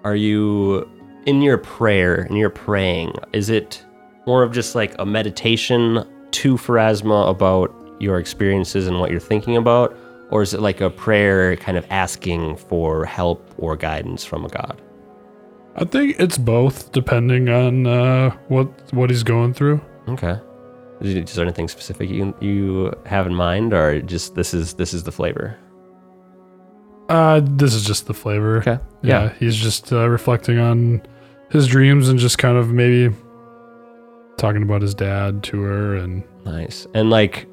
are you in your prayer in your praying is it more of just like a meditation to pharasma about your experiences and what you're thinking about or is it like a prayer kind of asking for help or guidance from a god
I think it's both, depending on uh, what what he's going through.
okay is is there anything specific you you have in mind or just this is this is the flavor
Uh, this is just the flavor.
Okay.
Yeah,
Yeah.
he's just uh, reflecting on his dreams and just kind of maybe talking about his dad to her and
Nice. And like,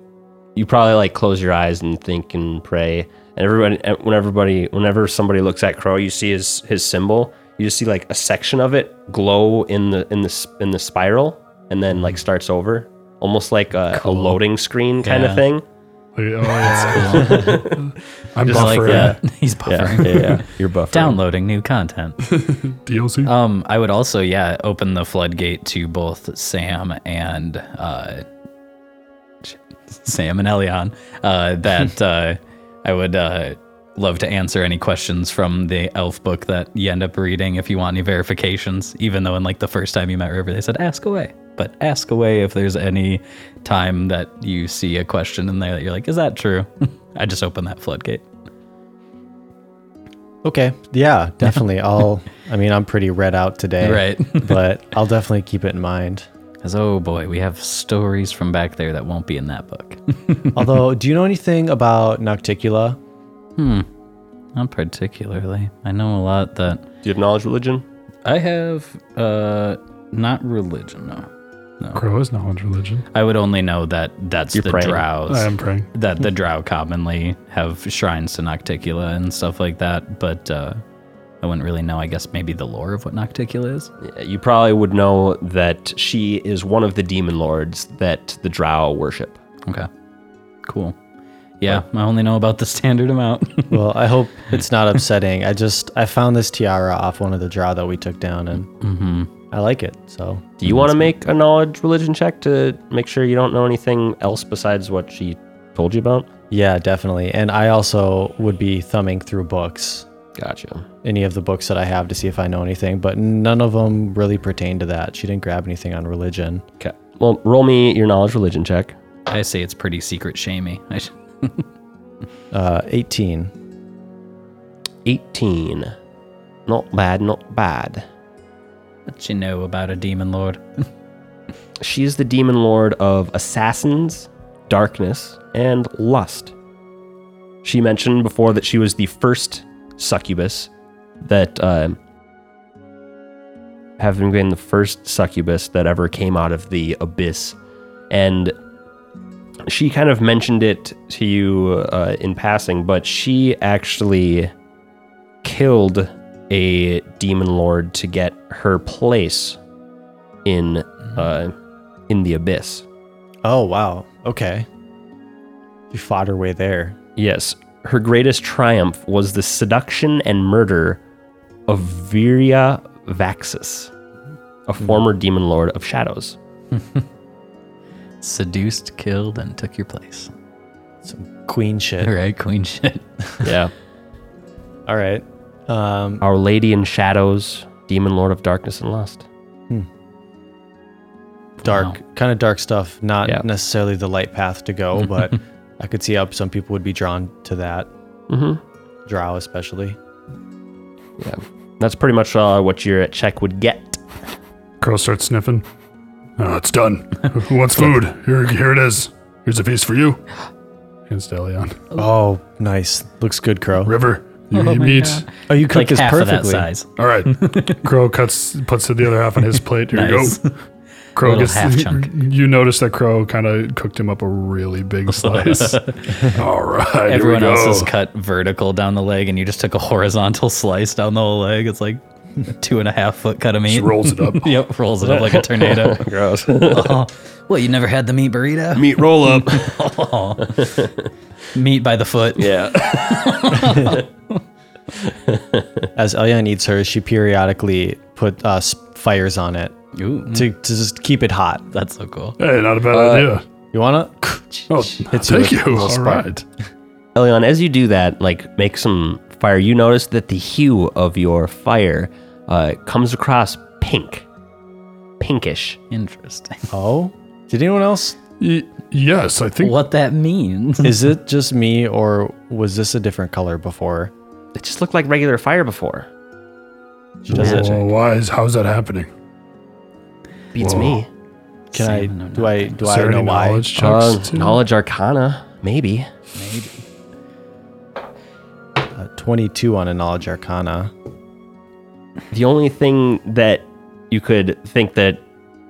you probably like close your eyes and think and pray. And everybody, when everybody, whenever somebody looks at Crow, you see his his symbol. You just see like a section of it glow in the in the s- in the spiral, and then like starts over, almost like a, a loading screen kind
Yeah.
of thing.
like, oh yeah, I'm
Just like
buffering
that. He's buffering.
You're buffering.
Downloading new content.
DLC.
Um, I would also, yeah, open the floodgate to both Sam and uh, sh- Sam and Elion. Uh, that uh, I would uh, love to answer any questions from the elf book that you end up reading if you want any verifications. Even though in like the first time you met River, they said ask away. But ask away if there's any time that you see a question in there that you're like, is that true? I just open that floodgate.
Okay. Yeah, definitely. I'll. I mean, I'm pretty read out today,
Right.
but I'll definitely keep it in mind.
Because oh boy, we have stories from back there that won't be in that book.
Although, do you know anything about Nocticula?
Not particularly. I know a lot that
Do you have knowledge religion?
I have. Uh, not religion. No,
Crow is knowledge religion.
I would only know that that's
You're
the
praying.
drows.
I am praying.
that the drow commonly have shrines to Nocticula and stuff like that. But uh, I wouldn't really know. I guess maybe the lore of what Nocticula is.
You probably would know that she is one of the demon lords that the Drow worship.
Okay, cool. Yeah, I only know about the standard amount.
Well, I hope it's not upsetting. I just I found this tiara off one of the draw that we took down, and I like it. So
Do you want to make a knowledge religion check to make sure you don't know anything else besides what she told you about?
yeah, definitely. And I also would be thumbing through books,
Gotcha.
any of the books that I have, to see if I know anything. But none of them really pertain to that. She didn't grab anything on religion.
Okay. Well, roll me your knowledge religion check.
I say it's pretty secret shamey. I should,
Uh, 18.
18. Not bad, not bad.
what you know about a demon lord?
She is the demon lord of assassins, darkness, and lust. She mentioned before that she was the first succubus that, uh, having been the first succubus that ever came out of the abyss. And she kind of mentioned it to you uh, in passing, but she actually killed a demon lord to get her place in uh, in the abyss.
Oh wow. Okay. You fought her way there.
Yes, her greatest triumph was the seduction and murder of Viria Vaxis, a former demon lord of shadows.
Seduced, killed, and took your place.
Some queen shit.
All right, queen shit.
Yeah,
All right. Um,
Our Lady in Shadows, demon lord of darkness and lust.
dark, kind of dark stuff. Not
Yeah.
necessarily the light path to go, but I could see how some people would be drawn to that.
Mhm.
Mm-hmm.
Drow, especially.
Yeah, that's pretty much uh, what your check would get.
Crow starts sniffing. Oh, it's done. Who wants food? Here, here it is. Here's a piece for you. Hands to Elion.
Oh, nice. Looks good, Crow.
River, you eat meat.
Oh, you cook
like
this
half
perfectly.
of that size.
All right. Crow cuts, puts the other half on his plate. Here
Nice.
you go. Crow
Little
gets
half chunk.
You notice that Crow kind of cooked him up a really big slice. All right. here we
Everyone else
go.
is cut vertical down the leg, and you just took a horizontal slice down the whole leg. It's like a two and a half foot cut of meat.
Just rolls it up.
yep, rolls it up like a tornado.
Gross.
oh, well, you never had the meat burrito. Uh-huh.
Meat roll up.
meat by the foot.
yeah.
As Elian eats hers, she periodically put uh, s- fires on it
Ooh,
to, to just keep it hot.
that's so cool.
Hey, not a bad idea.
You wanna?
Oh, thank
with Uh, a
you.
little
All
spark.
right.
Elion, as you do that, like make some fire, you notice that the hue of your fire uh, comes across pink, pinkish.
Interesting.
Oh, did anyone else?
Y- yes, I think
What that means?
Is it just me, or was this a different color before?
It just looked like regular fire before.
She does it.
Whoa, why is how's that happening?
Beats
Whoa.
me.
Can I?
Sam, no,
Do I? Do
Is
I
there
know
any
why?
knowledge
Uh,
checks? too?
knowledge arcana, maybe.
Maybe.
Uh, 22 on a knowledge arcana.
the only thing that you could think that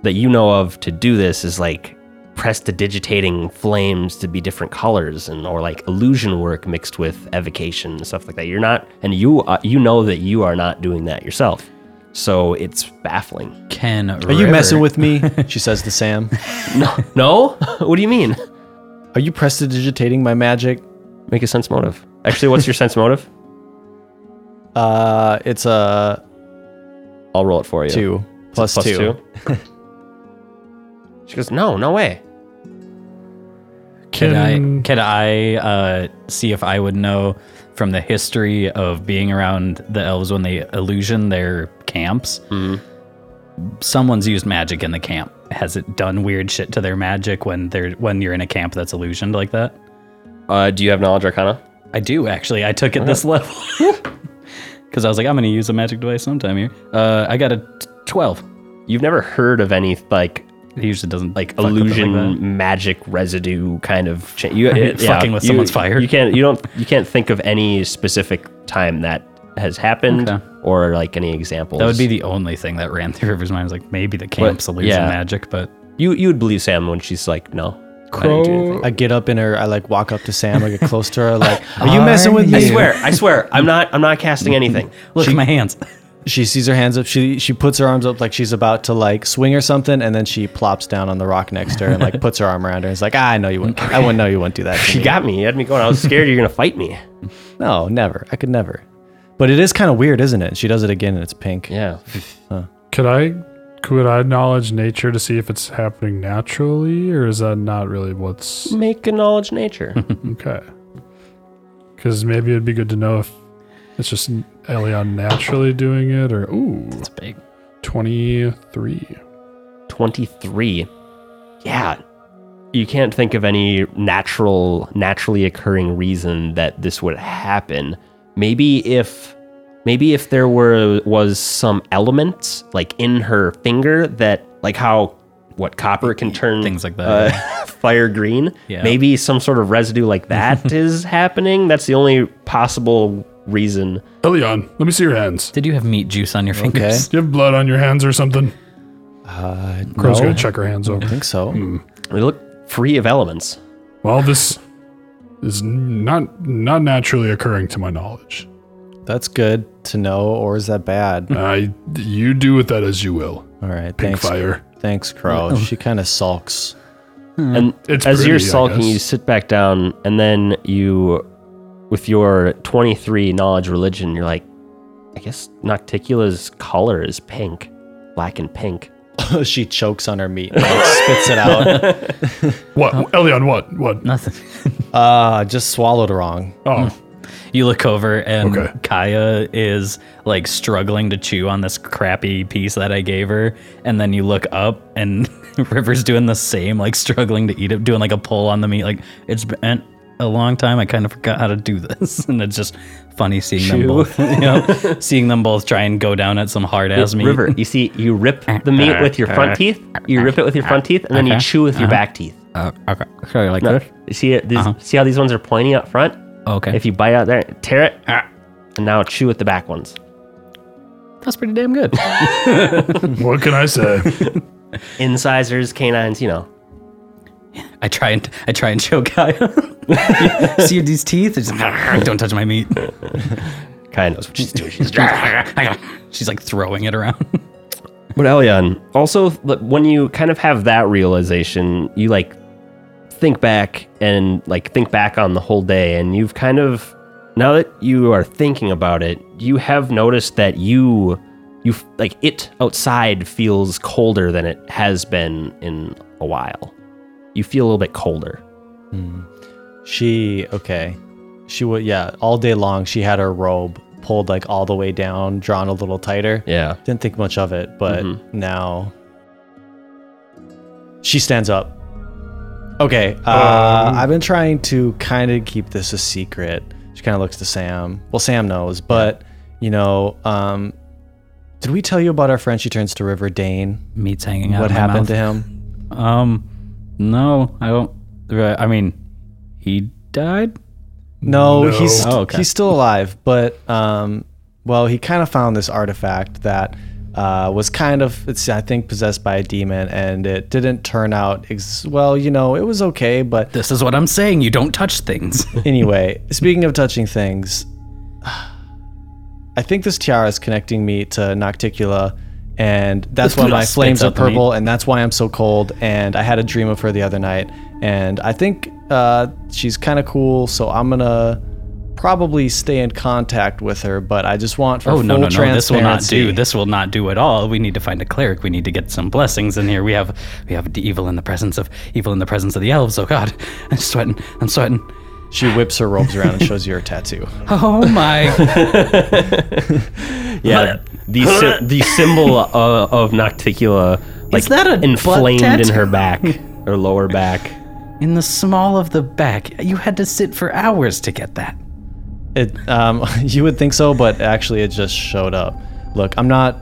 that you know of to do this is like prestidigitating flames to be different colors and or like illusion work mixed with evocation and stuff like that. You're not, and you uh, you know that you are not doing that yourself. So it's baffling.
Ken,
Are you messing with me? she says to Sam.
No, no. what do you mean?
Are you prestidigitating my magic?
Make a sense motive. Actually, what's your sense motive?
Uh, it's a
I'll roll it for you.
two plus,
Plus
two.
she goes, no, no way.
Can I
Can-
can I uh, see if I would know from the history of being around the elves when they illusion their camps? Someone's used magic in the camp. Has it done weird shit to their magic when they're when you're in a camp that's illusioned like that?
Uh, do you have knowledge arcana?
I do actually. I took it this level because I was like, I'm gonna use a magic device sometime here. Uh, I got a t- twelve.
You've never heard of any like
It usually doesn't
like
fuck with it
illusion
that.
magic residue kind of cha- you, it-
Fucking with
you-
someone's fire.
You can't you don't you can't think of any specific time that has happened
Okay.
or like any examples.
That would be the only thing that ran through River's mind. I was like, maybe the camp's illusion
yeah.
magic, but
you you would believe Sam when she's like no. I didn't do anything.
Crow.
I get up in her. I like walk up to Sam. I get close to her. Like, are you messing with me?
I swear, I swear, I'm not I'm not casting anything.
look at my hands.
She sees her hands up. She she puts her arms up like she's about to like swing or something, and then she plops down on the rock next to her and like puts her arm around her. And is like, ah, I know you wouldn't. I wouldn't know you wouldn't do that. to
She
me."
got me. You had me going. I was scared you're gonna fight me.
no, never. I could never. But it is kind of weird, isn't it? She does it again, and it's pink.
Yeah.
Could I could I acknowledge nature to see if it's happening naturally or is that not really what's
Make a knowledge nature.
Mm-hmm.
okay? Because maybe it'd be good to know if it's just Elion naturally doing it or ooh
It's big.
twenty three.
23 yeah you can't think of any natural naturally occurring reason that this would happen maybe if maybe if there were was some elements like in her finger that like how what copper can turn
Things like that,
uh, fire green
Yeah.
maybe some sort of residue like that is happening that's the only possible reason
Elion, let me see your hands.
Did you have meat juice on your fingers?
Do you have blood on your hands or something?
Uh, no,
Crow's
I
gonna check her hands over.
think so.
they look free of elements
Well, this is not not naturally occurring to my knowledge.
That's good to know, or is that bad?
I you do with that as you will.
All right,
Pink
Hmm. thanks,
fire.
thanks, Crow. She kind of sulks.
And
It's
as
pretty,
you're
I
sulking,
guess.
you sit back down, and then you, with your 23 knowledge religion, you're like, I guess Nocticula's color is pink, black and pink.
she chokes on her meat and like, spits it out.
What, Elion? What? What?
Nothing.
Uh, just swallowed wrong.
Oh,
hmm.
You look over and
Okay.
Kaya is like struggling to chew on this crappy piece that I gave her, and then you look up and River's doing the same, like struggling to eat it, doing like a pull on the meat. Like it's been a long time. I kind of forgot how to do this, and it's just funny seeing them both. You know, seeing them both try and go down at some hard ass meat.
River, you see, you rip the meat with your front teeth, you rip it with your front teeth, and then you chew with your back teeth.
Uh, okay. Sorry, like
No,
this?
you see, it, these, see how these ones are pointy up front?
Okay.
If you bite out there, tear it, and now chew with the back ones.
That's pretty damn good.
what can I say?
Incisors, canines, you know.
I try and I try and show Kaya. See these teeth? It's just, don't touch my meat.
Kaya knows what she's doing. She's
She's like throwing it around.
But Elion, also like, when you kind of have that realization, you like think back and like think back on the whole day, and you've kind of now that you are thinking about it, you have noticed that you you f- like it outside feels colder than it has been in a while. You feel a little bit colder.
She okay. She would yeah, all day long she had her robe pulled like all the way down, drawn a little tighter.
Yeah.
Didn't think much of it, but
Mm-hmm.
now she stands up. Okay, uh, I've been trying to kind of keep this a secret. She kind of looks to Sam. Well, Sam knows, but you know, um, did we tell you about our friend? She turns to River Dane.
Meat's hanging out.
What
of my
happened to
mouth.
him?
Um, no, I don't. I mean, he died.
No,
No.
he's
Oh, okay.
he's still alive, but um, well, he kind of found this artifact that uh, was kind of it's I think possessed by a demon, and it didn't turn out ex- well. You know, it was okay, but
This is what I'm saying. You don't touch things.
anyway, speaking of touching things, I think this tiara is connecting me to Nocticula, and that's why my
Spits
flames are
up at me.
purple, and that's why I'm so cold. And I had a dream of her the other night, and I think uh, she's kind of cool, so I'm gonna probably stay in contact with her. But I just want for
Oh
full
no no no! This
transparency.
will not do. This will not do at all. We need to find a cleric. We need to get some blessings in here. We have we have the evil in the presence of evil in the presence of the elves. Oh God, I'm sweating. I'm sweating.
She whips her robes around and shows you her tattoo.
Oh my!
Yeah, the sy- the symbol uh, of Nocticula like
that a butt
inflamed in
tattoo?
her back her lower back.
in the small of the back. You had to sit for hours to get that.
It, um, you would think so, but actually, it just showed up. Look, I'm not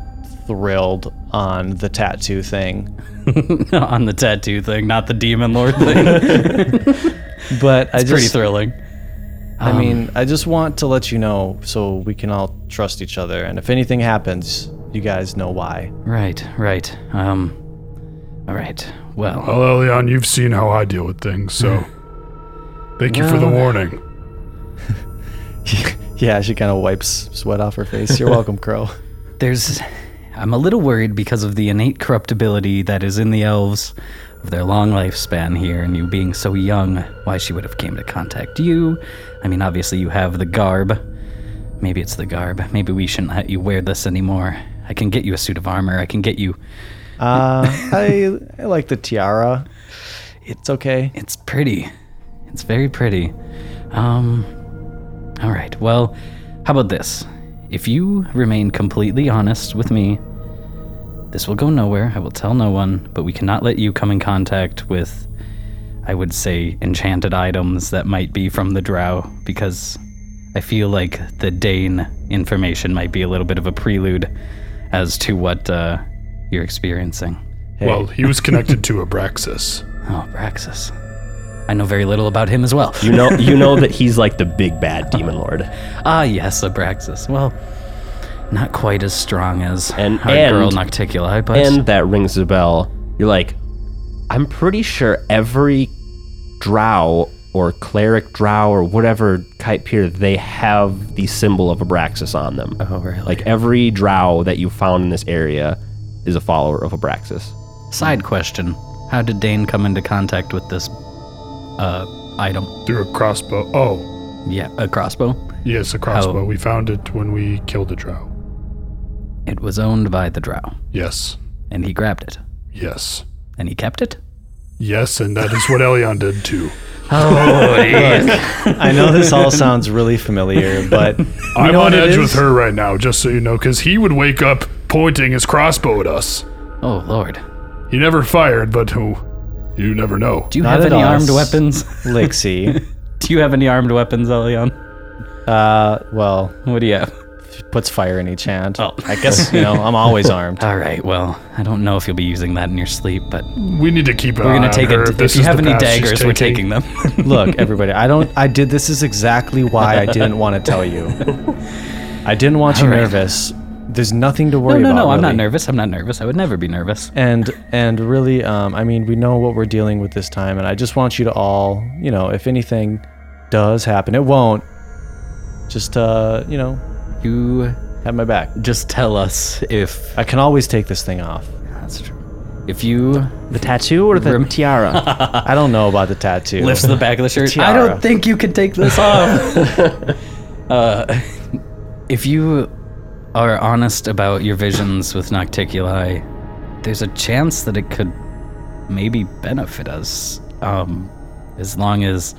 thrilled on the tattoo thing,
on the tattoo thing, not the demon lord thing. It's
but I
pretty um,
just,
thrilling.
I mean, I just want to let you know so we can all trust each other, and if anything happens, you guys know why.
Right, right. Um, all right. Well,
Well, Elion, you've seen how I deal with things, so thank you for the
Well-
warning.
yeah, she kind of wipes sweat off her face. You're welcome, Crow.
there's. I'm a little worried because of the innate corruptibility that is in the elves, of their long lifespan here, and you being so young. Why she would have came to contact you? I mean, obviously you have the garb. Maybe it's the garb. Maybe we shouldn't let you wear this anymore. I can get you a suit of armor. I can get you.
Uh, I, I like the tiara. It's okay.
It's pretty. It's very pretty. Um All right. Well, how about this? If you remain completely honest with me, this will go nowhere. I will tell no one, but we cannot let you come in contact with I would say enchanted items that might be from the drow because I feel like the Dane information might be a little bit of a prelude as to what uh, you're experiencing.
Well, he was connected to Abraxas.
Oh, Braxis. I know very little about him as well.
You know you know that he's like the big bad demon lord.
Ah, yes, Abraxas. Well, not quite as strong as
And-
our
and-
girl Nocticuli, but
And that rings a bell. You're like, I'm pretty sure every drow or cleric drow or whatever type here, they have the symbol of Abraxas on them.
oh, really?
Like every drow that you found in this area is a follower of Abraxas.
side question: How did Dane come into contact with this uh item?
Through a crossbow. Oh,
Yeah, a crossbow.
yes, a crossbow.
How-
We found it when we killed a drow.
It was owned by the Drow,
Yes.
and he grabbed it,
Yes.
and he kept it.
Yes, and that is what Elion did too.
I know this all sounds really familiar, but
I'm
know
on
what it
edge with
is?
her right now, just so you know, because he would wake up pointing his crossbow at us.
Oh Lord!
He never fired, but who? You never know.
Do you
Not
have
at
any
us.
armed weapons?
Lixie,
do you have any armed weapons, Elion?
uh, well,
What do you have?
puts fire in each hand.
Oh.
I guess you know I'm always armed.
All right. Well, I don't know if you'll be using that in your sleep, but
We need to keep an
we're
eye
gonna
on
take
her.
it.
this
If you
is
have
the
any
path she's
daggers, we're taking them.
Look, everybody, I don't. I did this is exactly why I didn't want to tell you. I didn't want you
All right.
nervous. There's nothing to
No,
worry
no,
about.
no. I'm not
really.
nervous. I'm not nervous. I would never be nervous.
And and really, um, I mean, we know what we're dealing with this time, and I just want you to all, you know, if anything does happen, it won't. Just uh, you know,
You
have my back.
just tell us if
I can always take this thing off.
that's true. If you
The tattoo or the
Rem-
tiara?
I don't know about the tattoo.
lifts the back of the shirt, I
tiara.
don't think you can take this off. uh, if you are honest about your visions with Nocticuli, there's a chance that it could maybe benefit us. Um, as long as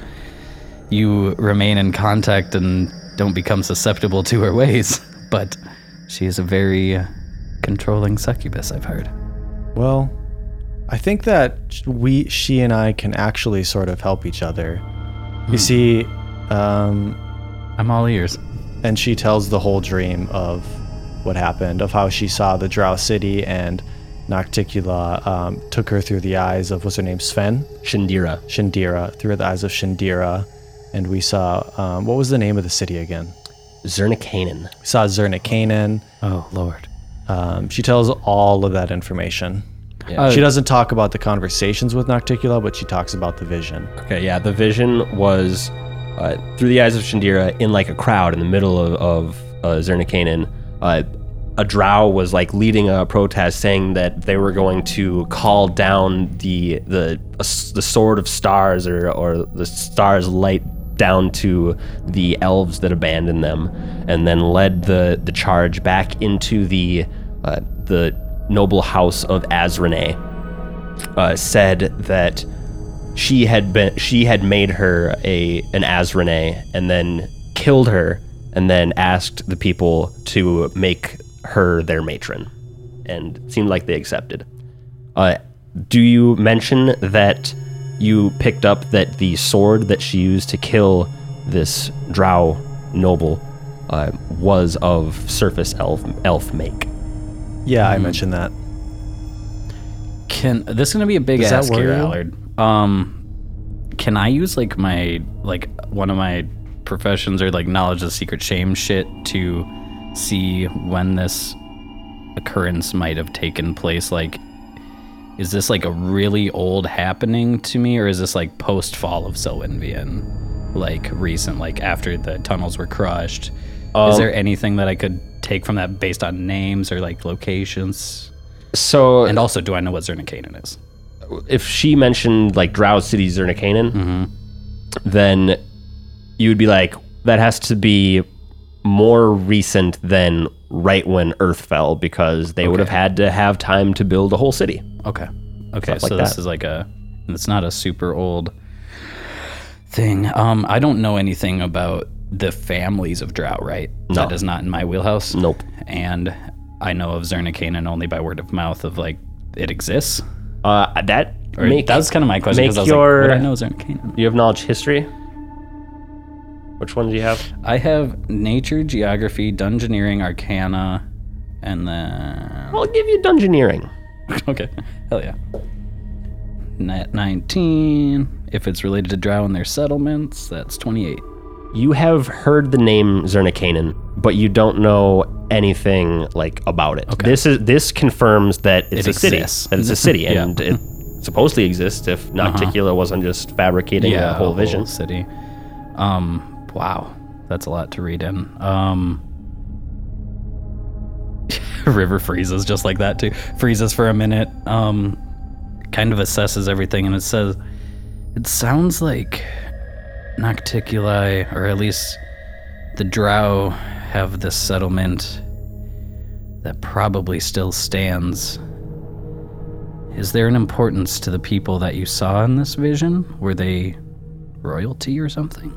you remain in contact and don't become susceptible to her ways. But she is a very uh, controlling succubus, I've heard.
Well, I think that sh- we, she and I can actually sort of help each other. You see, um,
I'm all ears.
and she tells the whole dream of what happened, of how she saw the Drow City and Nocticula um, took her through the eyes of, what's her name, Sven?
Shindira.
Shindira, through the eyes of Shindira. and we saw um, what was the name of the city again?
Zernikanen.
We saw Zerna Canaan.
Oh Lord.
Um, she tells all of that information.
Uh,
she doesn't talk about the conversations with Nocticula, but she talks about the vision.
Okay, yeah, the vision was uh, through the eyes of Shandira in like a crowd in the middle of, of uh, Zernikanen. Uh, a drow was like leading a protest saying that they were going to call down the the uh, s- the sword of stars or, or the stars light down to the elves that abandoned them and then led the, the charge back into the uh, the noble house of Azrene uh, said that she had been she had made her a an Azrene and then killed her and then asked the people to make her their matron and it seemed like they accepted. Uh, do you mention that you picked up that the sword that she used to kill this drow noble uh, was of surface elf elf make?
Yeah, I mentioned that.
Can this is gonna be a big
Does that
ask here,
worry you?
Allard? Um, can I use like my like one of my professions or like knowledge of secret shame shit to see when this occurrence might have taken place? Like, is this like a really old happening to me, or is this like post fall of Sylvanvian, like recent, like after the tunnels were crushed? is there anything that I could take from that based on names or like locations?
So
And also, do I know what Zernikanen is?
if she mentioned like Drow City Zernikanen, then you would be like, that has to be more recent than right when Earth fell because they would have had to have time to build a whole city.
Okay. Okay.
like
so this
that.
is like a. It's not a super old thing. Um, I don't know anything about the families of Drow, right? That is not in my wheelhouse.
Nope.
And I know of Zernikanen only by word of mouth of like it exists.
Uh, that
Or
make
that was kind of my question
make
because I was
your-
like, would I know Zernikanen?
you have knowledge history. Which one do you have?
I have nature, geography, dungeoneering, arcana, and then
I'll give you dungeoneering.
Okay. Hell yeah. Nat 19. If it's related to Drow and their settlements, that's 28.
You have heard the name Zernikanen, but you don't know anything like about it. This is this confirms that it's
It
a city.
exists.
That it's a city,
Yeah.
and it supposedly exists if Nocticula wasn't just fabricating a whole vision.
city. Um, wow. That's a lot to read in. Um, River freezes just like that, too. Freezes for a minute. Um, kind of assesses everything and it says, it sounds like Nocticuli, or at least the Drow, have this settlement that probably still stands. Is there an importance to the people that you saw in this vision? Were they royalty or something?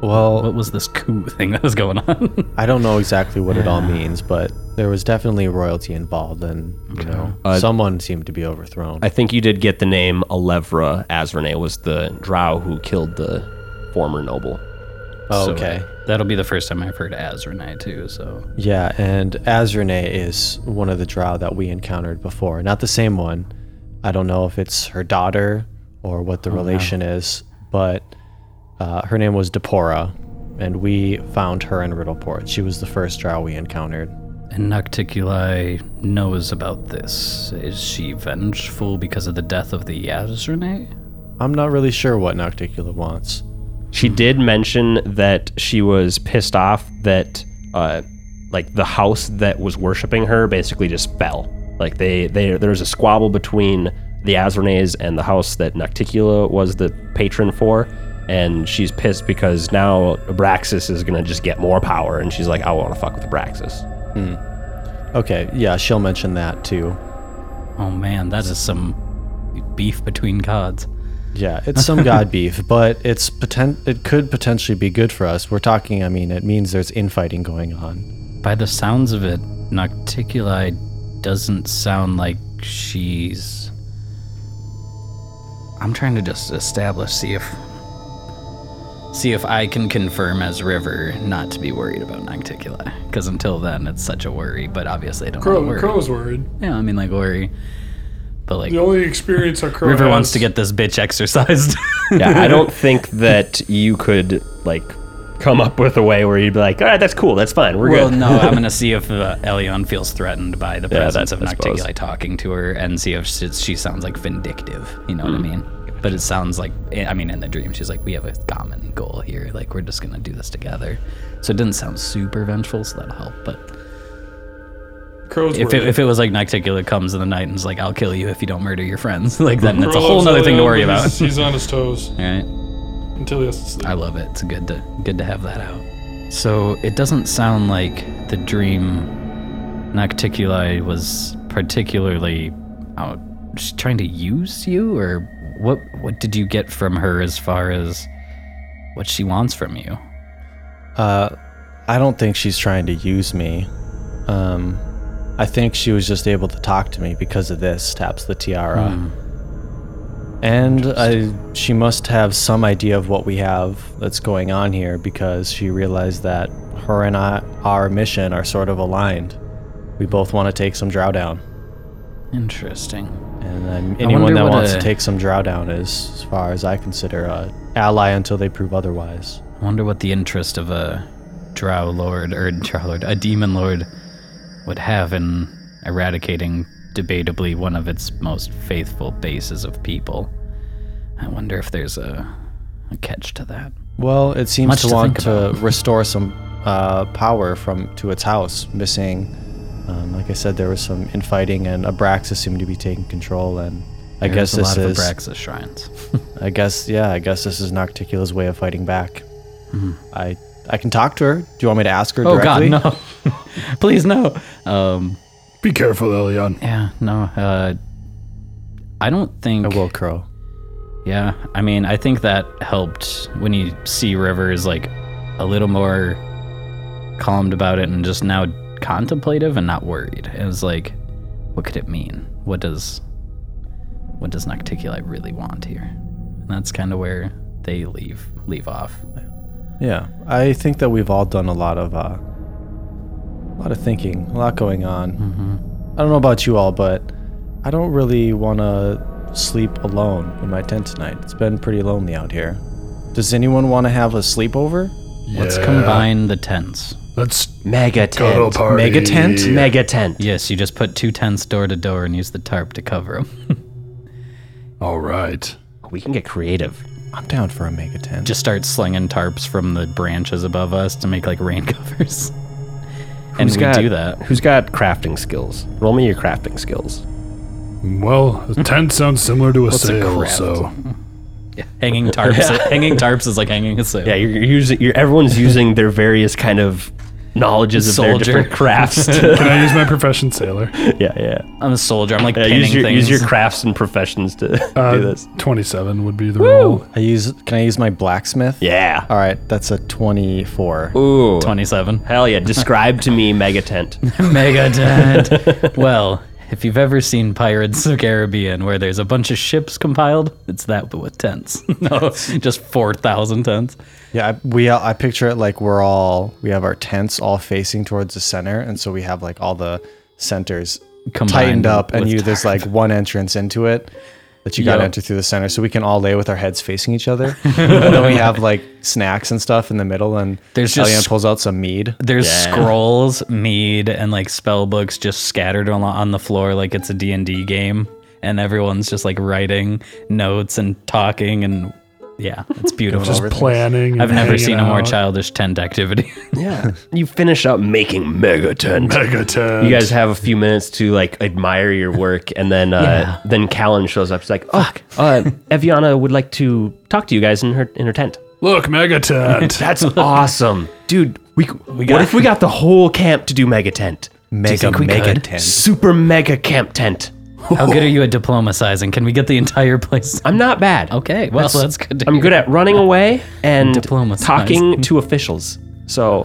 Well,
What was this coup thing that was going on?
I don't know exactly what it all means, but there was definitely royalty involved, and you know, someone seemed to be overthrown.
I think you did get the name Alevra Azrene was the drow who killed the former noble.
oh,
So,
okay.
that'll be the first time I've heard Azranai too, so
Yeah, and Azrene is one of the drow that we encountered before. Not the same one. I don't know if it's her daughter or what the relation is, but uh, her name was Depora, and we found her in Riddleport. She was the first drow we encountered.
And Nocticuli knows about this. Is she vengeful because of the death of the Azrene?
I'm not really sure what Nocticula wants.
She did mention that she was pissed off that, uh, like the house that was worshiping her basically just fell. Like they, they there was a squabble between the Azrenes and the house that Nocticula was the patron for, and she's pissed because now Abraxas is gonna just get more power, and she's like, I want to fuck with Abraxas.
Okay, yeah, she'll mention that too.
Oh man, that is some beef between gods.
Yeah, it's some god beef, but it's poten- it could potentially be good for us. We're talking, I mean, it means there's infighting going on.
By the sounds of it, Nocticuli doesn't sound like she's. I'm trying to just establish, see if. See if I can confirm as River not to be worried about Nocticuli. Because until then, it's such a worry, but obviously I don't wanna
Crow,
worry.
Crow's worried.
Yeah, I mean, like, worry. But, like,
The only experience our Crow
River
has,
wants to get this bitch exercised.
yeah, I don't think that you could like come up with a way where you'd be like, all right, that's cool, that's fine, we're
Well,
good.
no, I'm going to see if uh, Elion feels threatened by the
Yeah,
presence
that-
of
I suppose.
Noctiguli talking to her and see if she, she sounds like vindictive. You know what
Hmm.
I mean? But it sounds like, eh, I mean, in the dream, she's like, we have a common goal here. Like, we're just going to do this together. So it didn't sound super vengeful, so that'll help. But
Crow's
if
word.
it, if it was like Noctigula comes in the night and is like, I'll kill you if you don't murder your friends, like, then that's a
Crow
whole
loves
other thing to
Elyon,
worry
but
about.
He's, he's on his toes
All right.
until he has to sleep.
I love it. It's good to good to have that out. So it doesn't sound like the dream Nocticuli was particularly out she's trying to use you or what what did you get from her as far as what she wants from you?
Uh, I don't think she's trying to use me. Um, I think she was just able to talk to me because of this. Taps the tiara, and I, she must have some idea of what we have that's going on here because she realized that her and I, our mission are sort of aligned. We both want to take some drow down,
Interesting.
and um,
wonder
anyone that
what
wants
a-
to take some drow down is, as far as I consider, a ally until they prove otherwise.
I wonder what the interest of a drow lord or drow lord, a demon lord would have in eradicating debatably one of its most faithful bases of people. I wonder if there's a, a catch to that.
Well, it seems
Much
to
to
want
think
to
about.
restore some uh, power from to its house. Missing, um, like I said, there was some infighting, and Abraxas seemed to be taking control. And I guess
There's
this
a lot
is,
of Abraxas shrines.
I guess, yeah, I guess this is Nocticula's way of fighting back. I I can talk to her. Do you want me to ask her
oh
directly?
God, no! Please no. Um,
Be careful, Elion.
yeah, no. Uh, I don't think.
I will crow.
Yeah, I mean, I think that helped when you see Rivers like a little more calmed about it and just now contemplative and not worried. It was like, what could it mean? What does what does Nocticuli really want here? And that's kind of where they leave leave off.
Yeah, I think that we've all done a lot of uh, a lot of thinking, a lot going on. I don't know about you all, but I don't really want to sleep alone in my tent tonight. It's been pretty lonely out here. Does anyone want to have a sleepover?
Let's
Yeah.
combine the tents.
Let's
Mega
cuddle
tent,
party.
Mega tent?
mega tent.
Yes, you just put two tents door to door and use the tarp to cover them.
All right.
We can get creative.
I'm down for a mega tent.
just start slinging tarps from the branches above us to make like rain covers. and
Who's
we
got-
do that.
Who's got crafting skills? Roll me your crafting skills.
Well, a tent sounds similar to a
a
sail,
craft?
so
Hanging tarps. Hanging tarps is like hanging a sail.
Yeah, you're, you're using. You're, everyone's using their various kind of knowledges of
Soldier.
their different crafts. to-
can I use my profession, sailor?
yeah, yeah.
I'm a soldier. I'm like
yeah
pinning
use your
things.
use your crafts and professions to
Uh,
do this.
Twenty-seven would be the rule.
I use. Can I use my blacksmith?
Yeah.
All right, that's a 24.
Ooh.
27.
Hell yeah! Describe to me mega tent.
Mega tent. well, if you've ever seen Pirates of the Caribbean where there's a bunch of ships compiled, it's that but with tents. no, just 4,000 tents.
Yeah, I, we. all- I picture it like we're all we have our tents all facing towards the center, and so we have like all the centers
Combined
tightened up, and
with
you there's like one entrance into it that you got to
Yep.
enter through the center, so we can all lay with our heads facing each other. and then we have like snacks and stuff in the middle, and
There's just
Elian
sc-
pulls out some mead.
There's scrolls, mead, and like spell books just scattered on, on the floor like it's a D&D game. And everyone's just like writing notes and talking and yeah, it's beautiful.
Just planning. and
I've never
hanging
seen a more
out.
childish tent activity.
Yeah. You finish up making mega tent.
Mega tent.
You guys have a few minutes to like admire your work, and then uh, then Callan shows up. She's like, "Oh, uh, Eviana would like to talk to you guys in her in her tent."
look, mega tent.
That's awesome, dude. We, we got, what if we got the whole camp to do mega tent?
Mega mega tent.
Super mega camp tent.
How good are you at diplomatizing? Can we get the entire place?
I'm not bad.
Okay, well, that's, good. To
I'm
hear.
good at running away and
Diplomatized.
talking to officials. So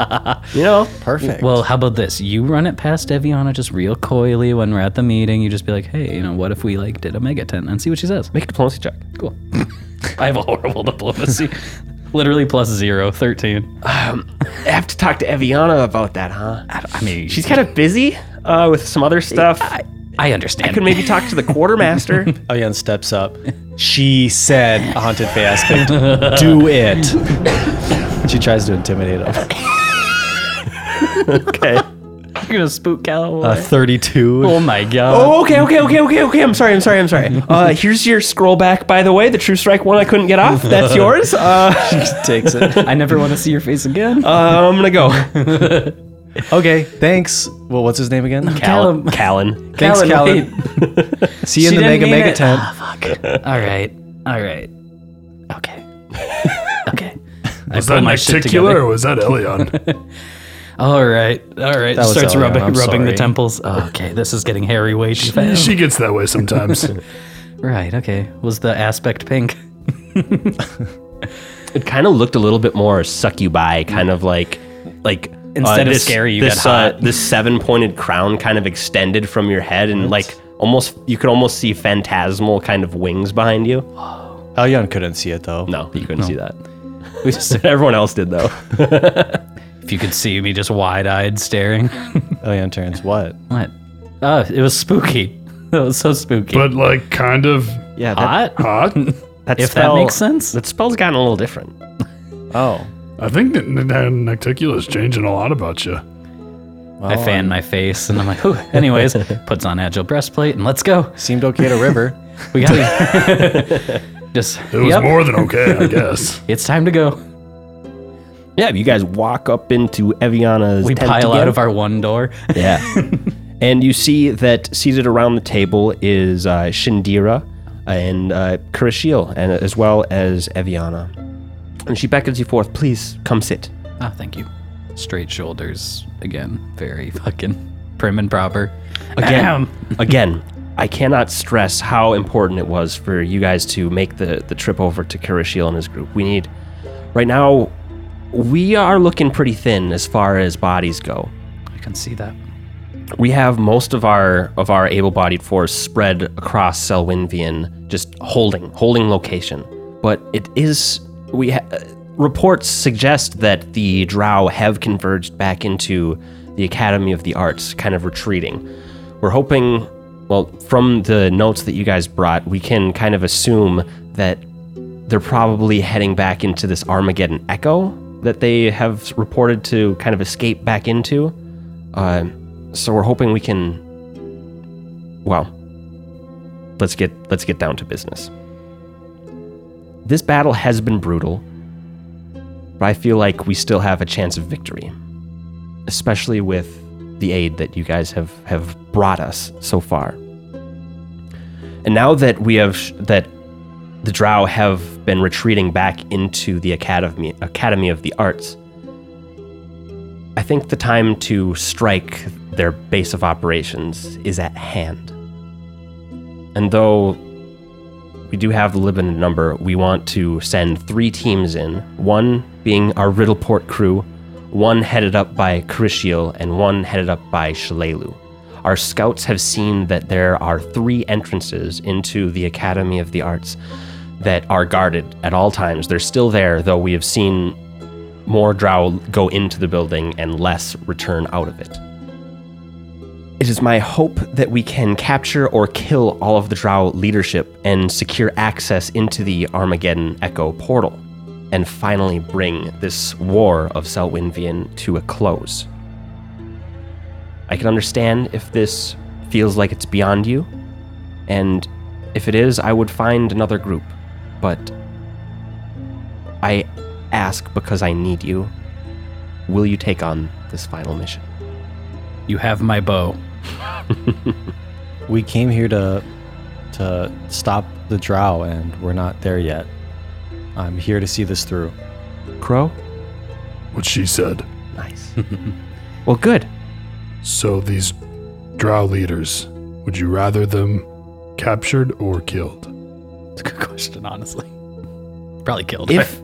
you know,
Perfect.
Well, how about this? You run it past Eviana just real coyly when we're at the meeting. You just be like, hey, you know, what if we like did a mega tent and see what she says?
make a diplomacy check.
Cool. I have a horrible diplomacy. Literally plus zero, 13.
I have to talk to Eviana about that, huh?
I mean,
She's kind of busy uh, with some other stuff.
I
I
understand.
could maybe talk to the quartermaster.
Ayan steps up. She said, a haunted face, do it. she tries to intimidate him.
okay.
You're gonna spook Cal.
Uh, 32.
oh my god.
Oh, okay, okay, okay, okay, okay. I'm sorry, I'm sorry, I'm sorry. Uh, here's your scroll back, by the way. The True Strike one I couldn't get off. That's yours. Uh,
Oh.
Takes it.
I never want to see your face again.
I'm gonna go.
Okay, thanks. Well, what's his name again?
Callum.
Callan.
Thanks,
Callan,
Callan. See you in
She
the
didn't
Mega
mean
Mega
it.
Tent.
Ah, fuck. All right. All right. Okay. Okay. I
Was
pull
that
my shit
Nacticular
together.
or was that Elion?
All right. All right.
was
Starts
Elion,
rubbing,
I'm
rubbing the
sorry.
temples. Oh, okay. This is getting hairy way too fast.
she gets that way sometimes.
Right. Okay. Was the aspect pink?
It kind of looked a little bit more succubi, kind of like, like uh,
Instead of scary, you
this,
got hot.
Uh, this seven-pointed crown kind of extended from your head, and like almost you could almost see phantasmal kind of wings behind you.
Elyon Oh, couldn't see it though.
No, you couldn't see that. We just everyone else did though.
If you could see me just wide eyed staring.
Elyon Oh, turns. What?
What? Oh, it was spooky. That was so spooky.
but like kind of
Yeah,
Hot?
hot.
that
If that makes sense.
That spell's gotten a little different.
Oh.
I think that that Nacticula's changing a lot about you.
I
Well,
fan my face and I'm like, Ooh. anyways, puts on agile breastplate and let's go.
Seemed okay to River.
We got it. just
It was
yep,
more than okay, I guess.
it's time to go.
Yeah, you guys walk up into Eviana's.
We
tent
pile
again.
out of our one door.
Yeah. and you see that seated around the table is uh, Shindira and uh, Kurashil, and as well as Eviana. And she beckons you forth, please come sit.
Ah, thank you. Straight shoulders again. Very fucking prim and proper.
Again,
Ahem.
again, I cannot stress how important it was for you guys to make the, the trip over to Kurashil and his group. We need, right now, we are looking pretty thin as far as bodies go.
I can see that.
we have most of our of our able-bodied force spread across Selwynvian, just holding holding location. But it is we ha- uh, reports suggest that the Drow have converged back into the Academy of the Arts, kind of retreating. We're hoping, well, from the notes that you guys brought, we can kind of assume that they're probably heading back into this Armageddon Echo that they have reported to kind of escape back into. Uh, so we're hoping we can. Well, let's get let's get down to business. This battle has been brutal, but I feel like we still have a chance of victory, especially with the aid that you guys have have brought us so far. And now that we have sh- that the Drow have been retreating back into the academy Academy of the Arts. I think the time to strike their base of operations is at hand. And though we do have the limited number, we want to send three teams in one being our Riddleport crew, one headed up by Krishiel, and one headed up by Shalelu. Our scouts have seen that there are three entrances into the Academy of the Arts that are guarded at all times. They're still there, though we have seen more drow go into the building and less return out of it. It is my hope that we can capture or kill all of the drow leadership and secure access into the Armageddon Echo portal, and finally bring this war of Selwynvian to a close. I can understand if this feels like it's beyond you, and if it is, I would find another group, but I ask because I need you. Will you take on this final mission?
You have my bow.
We came here to to stop the drow and we're not there yet. I'm here to see this through.
Crow?
What she said.
Nice. well, good.
So these drow leaders, would you rather them captured or killed?
It's a good question, honestly. Probably killed.
If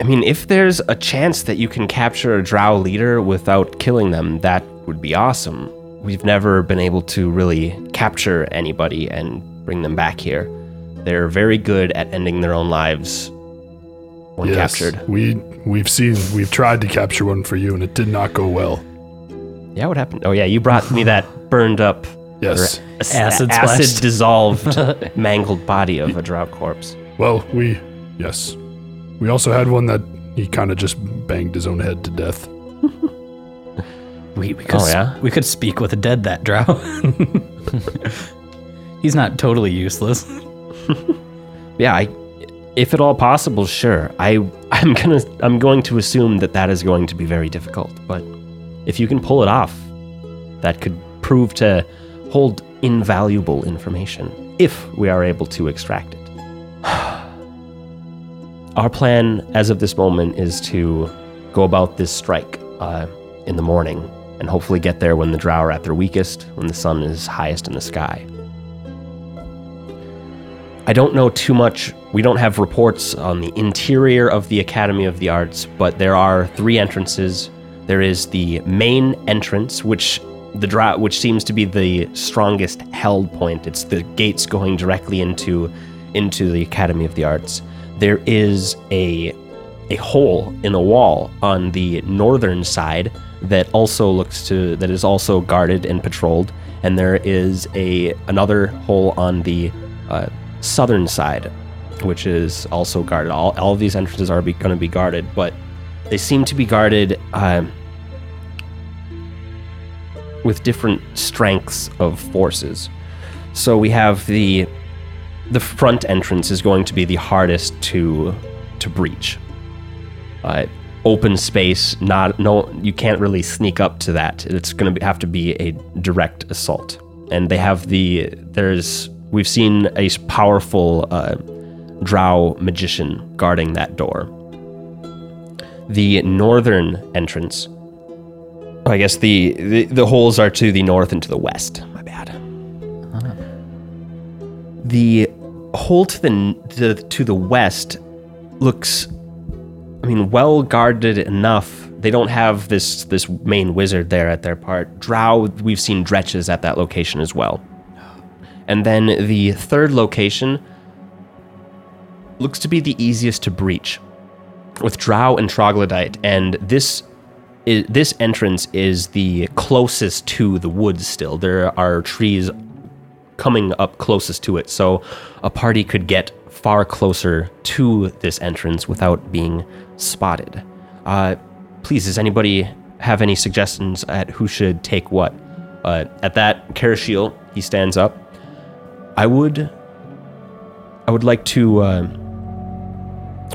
I mean, if there's a chance that you can capture a drow leader without killing them, that would be awesome. We've never been able to really capture anybody and bring them back here. They're very good at ending their own lives when captured.
We we've seen we've tried to capture one for you and it did not go well.
Yeah, what happened? Oh yeah, you brought me that burned up
Yes.
Ac-
Acid splashed.
acid dissolved, mangled body of a drop corpse.
Well, we. Yes. We also had one that he kind of just banged his own head to death.
We, we could
Oh,
s-
yeah?
we could speak with the dead that drow. He's not totally useless.
Yeah, I, if at all possible, sure. I I'm gonna I'm going to assume that that is going to be very difficult. But if you can pull it off, that could prove to hold invaluable information if we are able to extract it. Our plan, as of this moment, is to go about this strike uh, in the morning and hopefully get there when the drow are at their weakest, when the sun is highest in the sky. I don't know too much. We don't have reports on the interior of the Academy of the Arts, but there are three entrances. There is the main entrance, which the dra- which seems to be the strongest held point. It's the gates going directly into into the Academy of the Arts. There is a a hole in a wall on the northern side that also looks to that is also guarded and patrolled and there is a another hole on the uh, southern side which is also guarded all, all of these entrances are going to be guarded but they seem to be guarded um, with different strengths of forces so we have the the front entrance is going to be the hardest to to breach uh, open space. Not no, you can't really sneak up to that. It's going to have to be a direct assault. And they have the there's we've seen a s- powerful uh, drow magician guarding that door. The northern entrance. oh, I guess the, the the holes are to the north and to the west. My bad. The hole to the n- to, to the west looks I mean, well guarded enough. They don't have this this main wizard there at their part. Drow, we've seen dretches at that location as well. And then the third location looks to be the easiest to breach, with Drow and Troglodyte. And this i this entrance is the closest to the woods. Still, there are trees coming up closest to it, so a party could get far closer to this entrance without being spotted. Uh, please, does anybody have any suggestions at who should take what? Uh, at that, Karashiel, he stands up. I would, I would like to uh,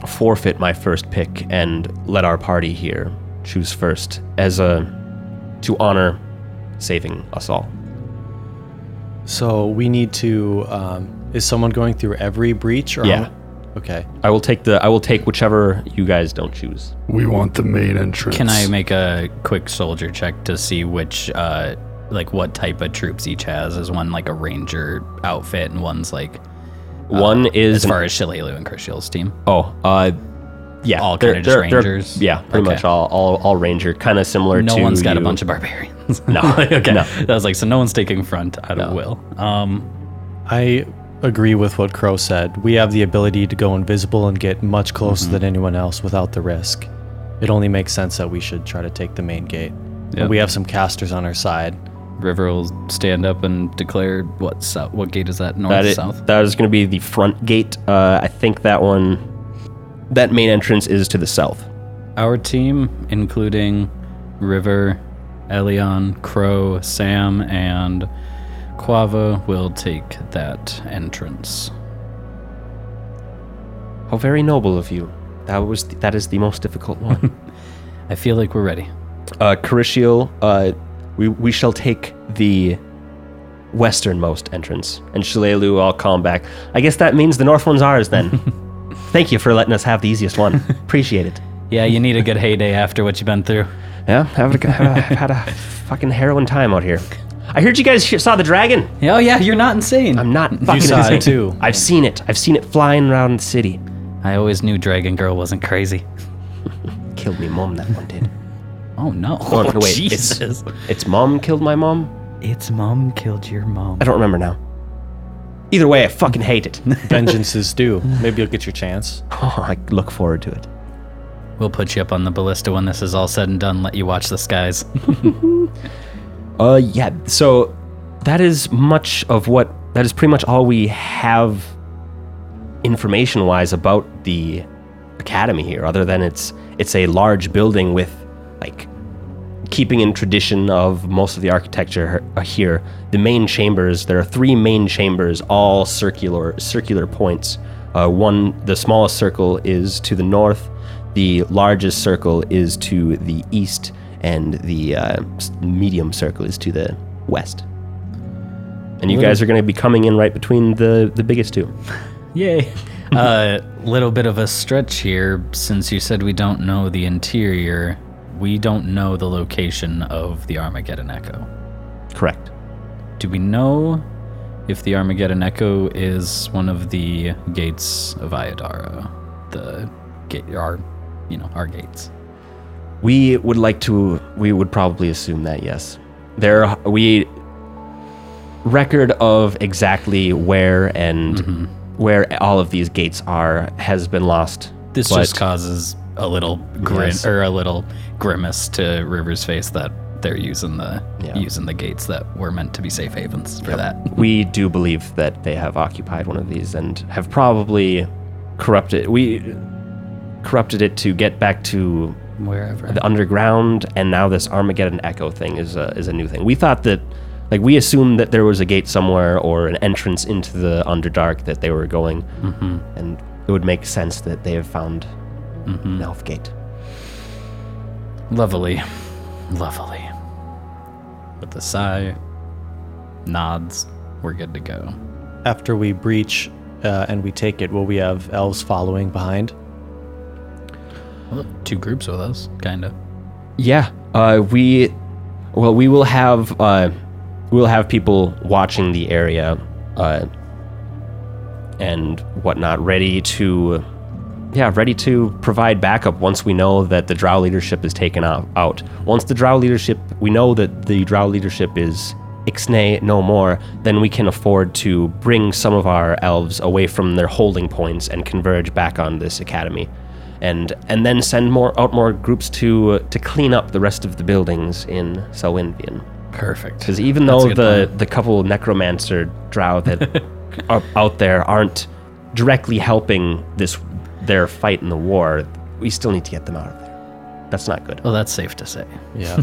forfeit my first pick and let our party here choose first, as a to honor saving us all.
So we need to. Um, is someone going through every breach? Or
Yeah.
Okay.
I will take the I will take whichever you guys don't choose.
We want the main entrance.
Can I make a quick soldier check to see which, uh, like, what type of troops each has? Is one like a ranger outfit, and one's like
One is
as Oh, far as Shillelu and Krishiel's team?
oh uh yeah
All
they're-
kinda just
they're- they're-
rangers?
yeah pretty
Okay.
much all all, all ranger kind of similar
No
to
one's got a
you.
bunch of barbarians.
no
okay,
no
that was like so. No one's taking front out
No.
of will. Um,
I agree with what Crow said. We have the ability to go invisible and get much closer
Mm-hmm.
than anyone else without the risk. It only makes sense that we should try to take the main gate.
Yep.
And we have some casters on our side.
River will stand up and declare what south, what gate is that? North,
that is,
south.
that is going to be the front gate uh I think that one that main entrance is to the south
Our team, including River, Elion, Crow, Sam, and Quava, will take that entrance.
how very noble of you that was the, that is the most difficult one
I feel like we're ready.
uh Carishiel, uh we we shall take the westernmost entrance and Shilelu I'll calm back I guess that means the north one's ours then thank you for letting us have the easiest one appreciate it
Yeah, you need a good heyday after what you've been through.
yeah have a, have had a fucking heroin time out here I heard you guys sh- saw the dragon
Oh yeah, you're not insane.
I'm not fucking
saw it
insane.
too.
I've seen it I've seen it flying around the city
I always knew Dragon Girl wasn't crazy.
killed me mom that one did
Oh no!
Oh, no, wait, it's-
Jesus!
its mom killed my mom
Its mom killed your mom.
I don't remember now either way I fucking hate it
Vengeance is due. Maybe you'll get your chance.
I look forward to it
We'll put you up on the ballista when this is all said and done. Let you watch the skies.
Uh, yeah. So that is much of what that is pretty much all we have information wise about the academy here other than it's it's a large building with like keeping in tradition of most of the architecture he- uh, here the main chambers there are three main chambers all circular circular points uh, one the smallest circle is to the north the largest circle is to the east and the uh, s- medium circle is to the west and you guys are going to be coming in right between the the biggest two
Yay. uh, little bit of a stretch here since you said we don't know the interior. We don't know the location of the Armageddon Echo.
correct
Do we know if the Armageddon Echo is one of the gates of Iodara? The gate, our, you know, our gates.
We would like to. We would probably assume that yes, there are- we record of exactly where and where all of these gates are has been lost.
This
But-
just causes a little grin
Yes.
or a little grimace to River's face that they're using the
Yeah.
using the gates that were meant to be safe havens for that.
We do believe that they have occupied one of these and have probably corrupted. We corrupted it to get back to
Wherever.
the underground, and now this Armageddon Echo thing is a, is a new thing. We thought that, like, we assumed that there was a gate somewhere or an entrance into the Underdark that they were going, and it would make sense that they have found an elf gate.
Lovely. Lovely. With a sigh, nods, we're good to go.
After we breach uh, and we take it, will we have elves following behind?
Well, two groups with us, kind of.
Yeah, uh, we, well, we will have uh, we'll have people watching the area, uh, and whatnot, ready to, yeah, ready to provide backup once we know that the Drow leadership is taken out. out. Once the Drow leadership, we know that the Drow leadership is ixnay no more, then we can afford to bring some of our elves away from their holding points and converge back on this academy and and then send more out more groups to uh, to clean up the rest of the buildings in Selwynvian.
Perfect.
Because even
That's a
though
good
the the couple necromancer drow that are out there aren't directly helping this their fight in the war, we still need to get them out of there. That's not good.
Well, that's safe to say.
Yeah.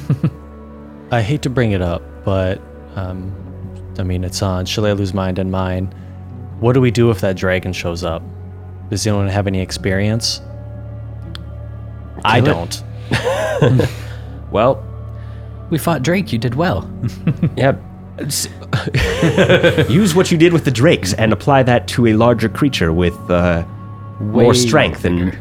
I hate to bring it up, but um, I mean, it's on Shalalu's mind and mine. What do we do if that dragon shows up? Does anyone have any experience? I
Kill it.
don't.
Well,
We fought Drake. You did well.
yeah. s- Use what you did with the drakes and apply that to a larger creature with uh, more
Way
strength and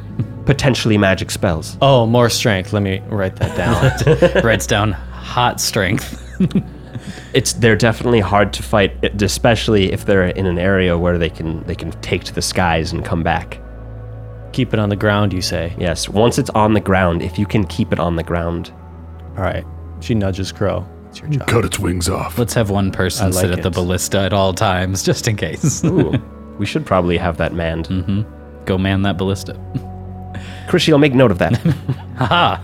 potentially magic spells.
Oh, more strength. Let me write that down.
Writes down hot strength.
it's they're definitely hard to fight, especially if they're in an area where they can they can take to the skies and come back.
Keep it on the ground, you say.
Yes, once it's on the ground, if you can keep it on the ground,
All right. She nudges Crow. It's your job.
Cut its wings off.
Let's have one person
I
sit
like
at the
it.
ballista at all times, just in case.
we should probably have that manned.
Mm-hmm. Go man that ballista.
Crishiel, make note of that.
Haha.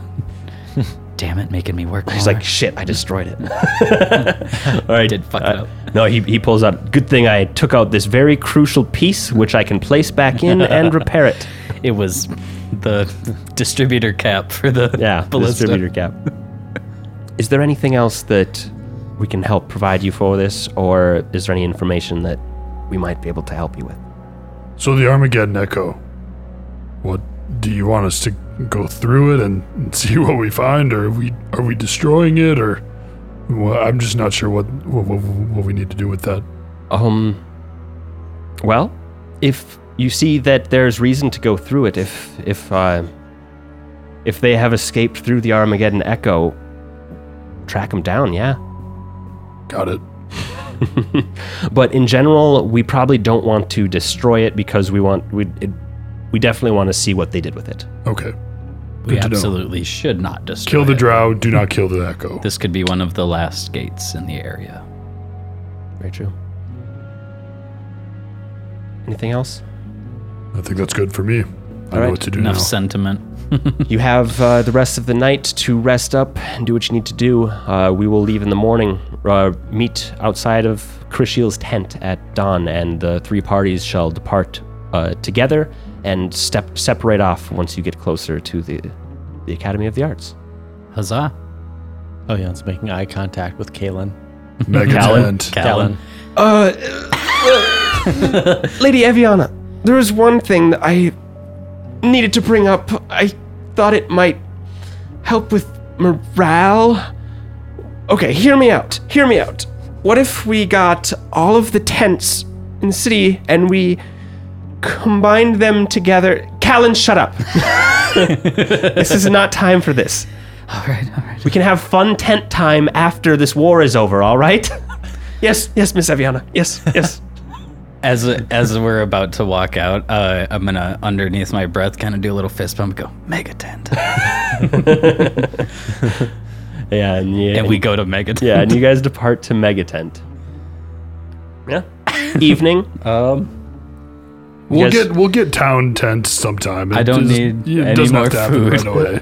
Damn it, making me work.
He's
more.
like, shit, I destroyed it. All right, uh,
Did fuck it up.
No, he, he pulls out. Good thing I took out this very crucial piece, which I can place back in and repair it.
It was the distributor cap for the
Yeah, the
ballista.
distributor cap. is there anything else that we can help provide you for this, or is there any information that we might be able to help you with?
So the Armageddon Echo. What do you want us to go through it and and see what we find, or are we are we destroying it, or well, I'm just not sure what what, what what we need to do with that.
Um. Well, if you see that there's reason to go through it, if if uh, if they have escaped through the Armageddon Echo, track them down. Yeah.
Got it.
but in general, we probably don't want to destroy it because we want we it, we definitely want to see what they did with it.
Okay.
We
Good to know.
absolutely should not destroy.
Kill the
it.
drow. Do not kill the echo.
This could be one of the last gates in the area.
Very true. Anything else?
I think that's good for me. I know what to do
Enough
now.
sentiment.
You have uh, the rest of the night to rest up and do what you need to do. Uh, we will leave in the morning. Uh, meet outside of Krishiel's tent at dawn, and the three parties shall depart uh, together and step separate off once you get closer to the the Academy of the Arts.
Huzzah.
Oh, yeah, it's making eye contact with Kalen.
Mega tent.
Kalen.
Lady Eviana, there is one thing that I needed to bring up. I thought it might help with morale. Okay, hear me out. Hear me out. What if we got all of the tents in the city and we combined them together? Callan, shut up. this is not time for this.
All right, all right.
We can have fun tent time after this war is over, all right? yes, yes, Miss Eviana. Yes, yes.
As as we're about to walk out, uh, I'm gonna underneath my breath kind of do a little fist bump, go mega tent,
yeah, and yeah.
and we go to mega tent.
Yeah, and you guys depart to Megatent. Yeah. Evening.
Um,
We'll
Yes.
get we'll get town tents sometime. It
I don't
just-
need
it
any
doesn't
more
have to happen
food.
right away.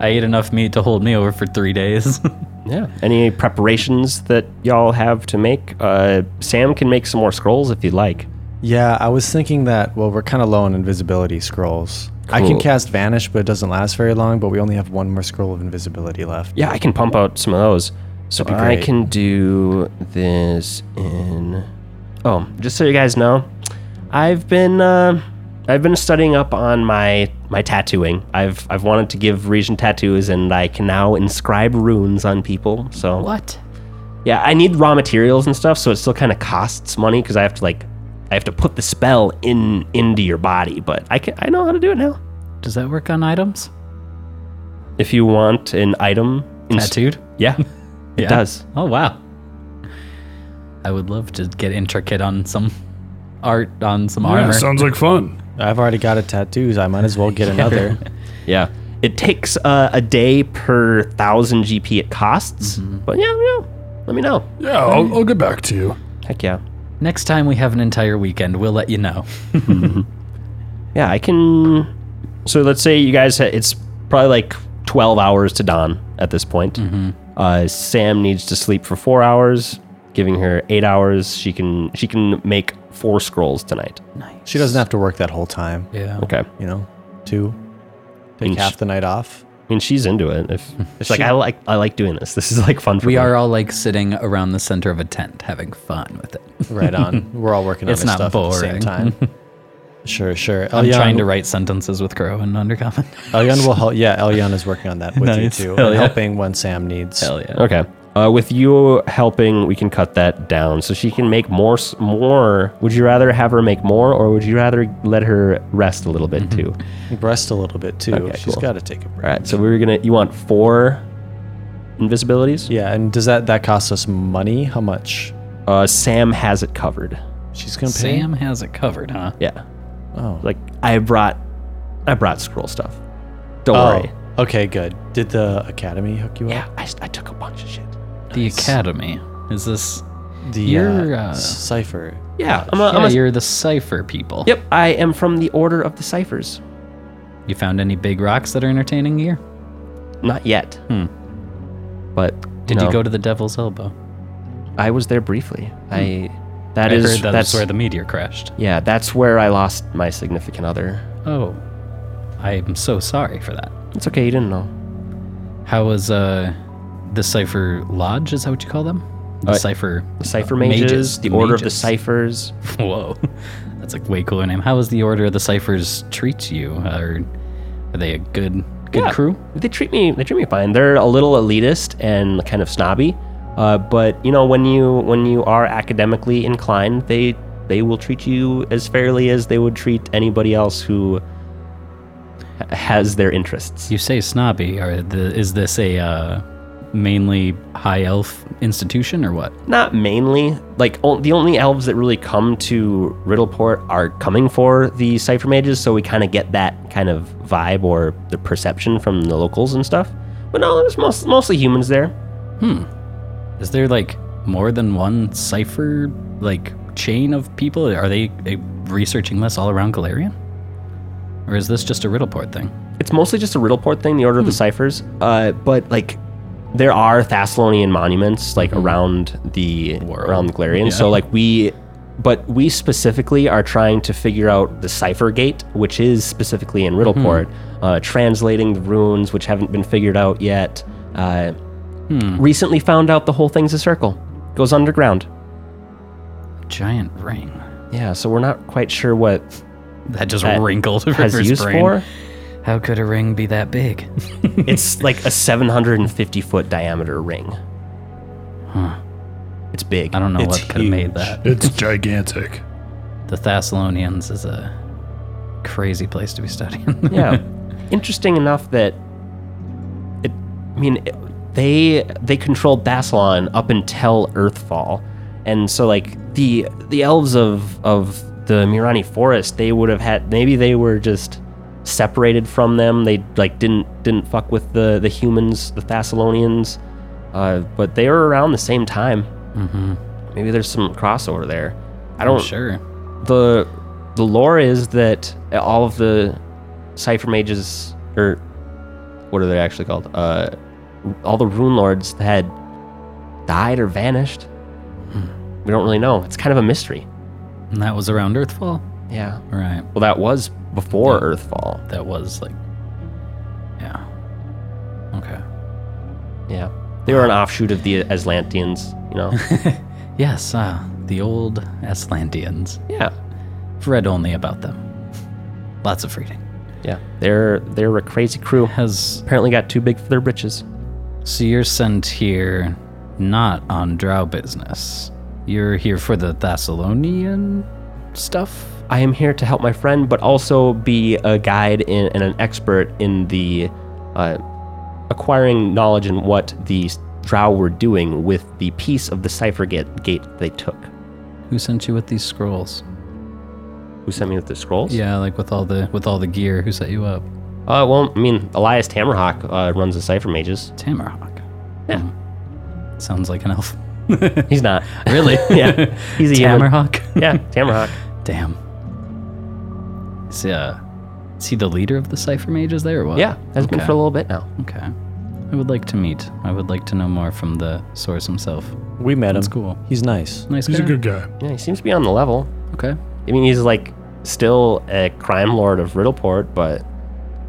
I ate enough meat to hold me over for three days.
Yeah. Any preparations that y'all have to make? Uh, Sam can make some more scrolls if you'd like.
Yeah, I was thinking that, well, we're kind of low on invisibility scrolls. I
Cool.
can cast Vanish, but it doesn't last very long, but we only have one more scroll of invisibility left.
Yeah, I can pump out some of those. So
That'd be
I
great.
can do this in. Oh, just so you guys know, I've been uh, I've been studying up on my my tattooing. I've I've wanted to give region tattoos, and I can now inscribe runes on people. So
what?
Yeah, I need raw materials and stuff, so it still kind of costs money because I have to like, I have to put the spell in into your body. But I can, I know how to do it now.
Does that work on items?
If you want an item, ins-
Tattooed?
yeah, it
Yeah.
does.
Oh wow. I would love to get intricate on some art on some
Yeah,
armor.
sounds like fun.
I've already got a tattoo, so I might as well get another.
Yeah, it takes uh, a day per thousand GP it costs. But yeah, yeah, let me know.
Yeah, I'll, I'll get back to you.
Heck yeah,
Next time we have an entire weekend, we'll let you know.
yeah, I can. So let's say you guys, ha- it's probably like twelve hours to dawn at this point.
Mm-hmm.
Uh, Sam needs to sleep for four hours, giving her eight hours. She can she can make four scrolls tonight.
she doesn't have to work that whole time,
Yeah.
Okay,
you know? Two. Take
And
half
sh-
the night off.
I mean she's into it. If it's like
She-
I like I like doing this. This is like fun for
We
me.
are all like sitting around the center of a tent having fun with it.
Right on. We're all working on
It's
this
not
stuff at the same
boring.
time. sure, sure.
I'm
Elyon-
trying to write sentences with Crow and Undercommon.
Elyon will help. Yeah, Elyon is working on that with
Nice.
you too,
Hell
and
yeah.
helping when Sam needs.
yeah.
okay. Uh, with you helping, we can cut that down so she can make more. s- More. Would you rather have her make more, or would you rather let her rest a little bit
Mm-hmm.
too?
Rest a little bit too.
Okay,
She's
cool.
got to take a break.
All right. So we were gonna. You want four invisibilities?
Yeah, and does that that cost us money? How much?
Uh, Sam has it covered.
She's gonna pay.
Sam has it covered, huh?
Yeah.
Oh.
Like I brought, I brought scroll stuff. Don't
Oh,
worry.
okay, good. Did the academy hook you
Yeah,
up?
I, s- I took a bunch of shit.
The Academy. Is this.
The
You're,
uh,
uh,
cipher.
Yeah, Uh, I'm a,
yeah,
I'm a,
you're the Cypher people.
yep, I am from the Order of the Ciphers.
You found any big rocks that are entertaining here?
Not yet.
Hmm.
But
Did
no,
you go to the Devil's Elbow?
I was there briefly. Hmm. I. That
I
is
heard that
that's
was where the meteor crashed.
yeah. That's where I lost my significant other.
Oh. I'm so sorry for that.
It's okay. You didn't know.
How was uh, the Cypher Lodge? Is that what you call them? The uh,
Uh,
Cypher.
The Cipher Mages, the Order of the Ciphers.
Whoa, that's a way cooler name. How does the Order of the Ciphers treat you? Are, are they a good good
Yeah.
crew?
they treat me they treat me fine they're a little elitist and kind of snobby uh, but you know when you when you are academically inclined they they will treat you as fairly as they would treat anybody else who h- has their interests
You say snobby. Are the is this a uh, mainly high elf institution or what?
not mainly like o- the only elves that really come to riddleport are coming for the cipher mages so we kind of get that kind of vibe or the perception from the locals and stuff but no there's most, mostly humans there
Is there like more than one cipher like chain of people? Are they, eh, researching this all around Galarian? Or is this just a Riddleport thing?
it's mostly just a Riddleport thing, the Order of
Hmm.
the Ciphers. Uh, but like, there are Thessalonian monuments
Hmm.
like around the around Glarian. So like we, but we specifically are trying to figure out the Cipher Gate, which is specifically in
Hmm.
Riddleport, uh, translating the runes which haven't been figured out yet. Uh,
Hmm.
Recently found out the whole thing's a circle, goes underground.
Giant ring.
Yeah, so we're not quite sure what
That just
That
wrinkled
has
River's
use
brain.
for.
How could a ring be that big?
It's like a 750 foot diameter ring. It's big.
I don't know
It's
what could have
huge.
made that.
It's gigantic.
The Thessalonians is a crazy place to be studying.
yeah. Interesting enough that it. I mean, it- they they controlled Bassalon up until Earthfall, and so like the the elves of of the Mirani Forest, they would have had maybe they were just separated from them. They like didn't didn't fuck with the the humans, the Thessalonians, uh, but they were around the same time. Mm-hmm. Maybe there's some crossover there. I don't
sure.
the the lore is that all of the cipher mages or what are they actually called uh all the rune lords had died or vanished we don't really know it's kind of a mystery
And that was around Earthfall?
yeah
Right.
well that was before earthfall
That was like. Yeah. Okay.
yeah they were an offshoot of the aslanteans you know
Yes, uh, the old Aslandians.
yeah
I've read only about them. Lots of reading.
yeah they're they're a crazy crew
Has
apparently got too big for their britches
so you're sent here not on drow business. You're here for the Thessalonian stuff?
I am here to help my friend, but also be a guide in, and an expert in the uh, acquiring knowledge in what the Drow were doing with the piece of the cipher gate, gate they took.
Who sent you with these scrolls?
Who sent me with the scrolls?
Yeah, like with all the with all the gear, who set you up?
Uh, well, I mean, Elias Tamerhawk uh, runs the cipher mages.
Tamarhawk.
Yeah.
Hmm. Sounds like an elf.
He's not.
Really?
yeah, he's a human.
Tamarhawk?
Yeah, Tamerhawk.
Damn. Is he, uh, is he the leader of the Cypher Mages there or what?
Yeah, has been
Okay.
for a little bit now.
Okay. I would like to meet. I would like to know more from the source himself.
We met
That's
him.
cool.
He's nice.
Nice
He's
guy.
a good guy.
Yeah, he seems to be on the level.
okay.
I mean, he's like still a crime lord of Riddleport, but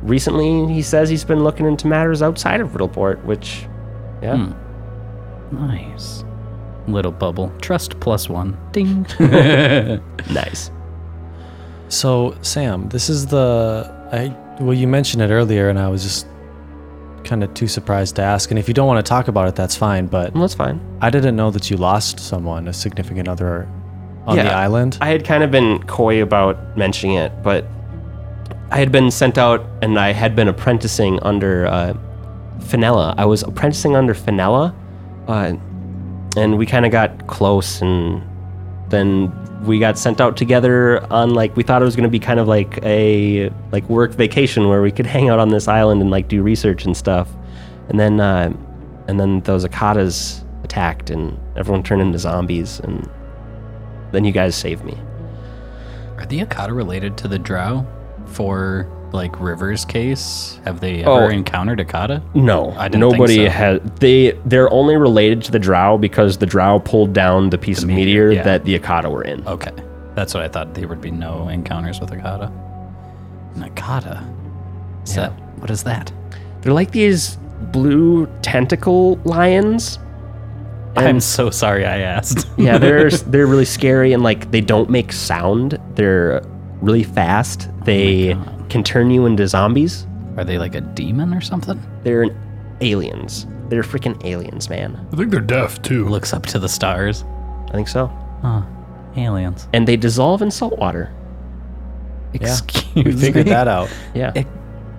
recently he says he's been looking into matters outside of Riddleport, which, yeah.
Hmm. Nice. Little bubble. Trust plus one. Ding.
Nice.
So, Sam, this is the I well you mentioned it earlier and I was just kind of too surprised to ask and if you don't want to talk about it that's fine, but
Mm.
Well, that's fine.
I didn't know that you lost someone, a significant other on the
Yeah.
island.
I had kind of been coy about mentioning it, but I had been sent out and I had been apprenticing under uh, Finella. I was apprenticing under Finella, uh, and we kind of got close, and then we got sent out together on like we thought it was going to be kind of like a like work vacation where we could hang out on this island and like do research and stuff, and then uh, and then those Akatas attacked and everyone turned into zombies, and then you guys saved me.
Are the Akata related to the Drow? For like River's case, have they
Oh.
ever encountered Akata?
No,
I didn't
nobody
think so.
has. They they're only related to the Drow because the Drow pulled down the piece of meteor, Oh.
meteor, yeah.
that the Akata were in.
Okay. That's what I thought. There would be no encounters with Akata. An Akata? Is that, what is that?
They're like these blue tentacle lions.
I'm so sorry I asked.
Yeah, they're they're really scary and like they don't make sound. They're really fast. They can turn you into zombies.
Are they like a demon or something?
They're aliens. They're freaking aliens, man.
I think they're deaf too.
Looks up to the stars.
I think so.
Huh. Aliens.
And they dissolve in salt water.
Excuse
we figured
me.
that out.
Yeah.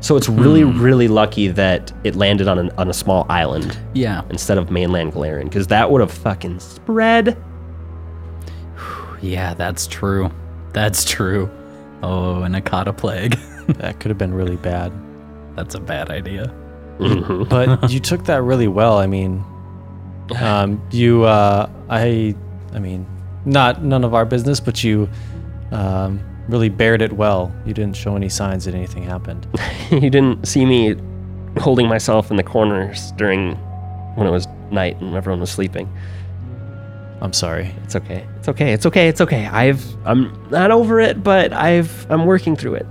so it's really really lucky that it landed on an, on a small island.
Yeah.
instead of mainland Galarian, because that would have fucking spread.
Yeah, that's true. That's true. Oh, an Akata plague.
That could have been really bad.
that's a bad idea.
but you took that really well. I mean, um, you, uh, I, I mean, not none of our business, but you um, really bared it well. You didn't show any signs that anything happened.
you didn't see me holding myself in the corners during when it was night and everyone was sleeping.
I'm sorry.
It's okay. It's okay. It's okay. It's okay. I've I'm not over it, but I've I'm working through it.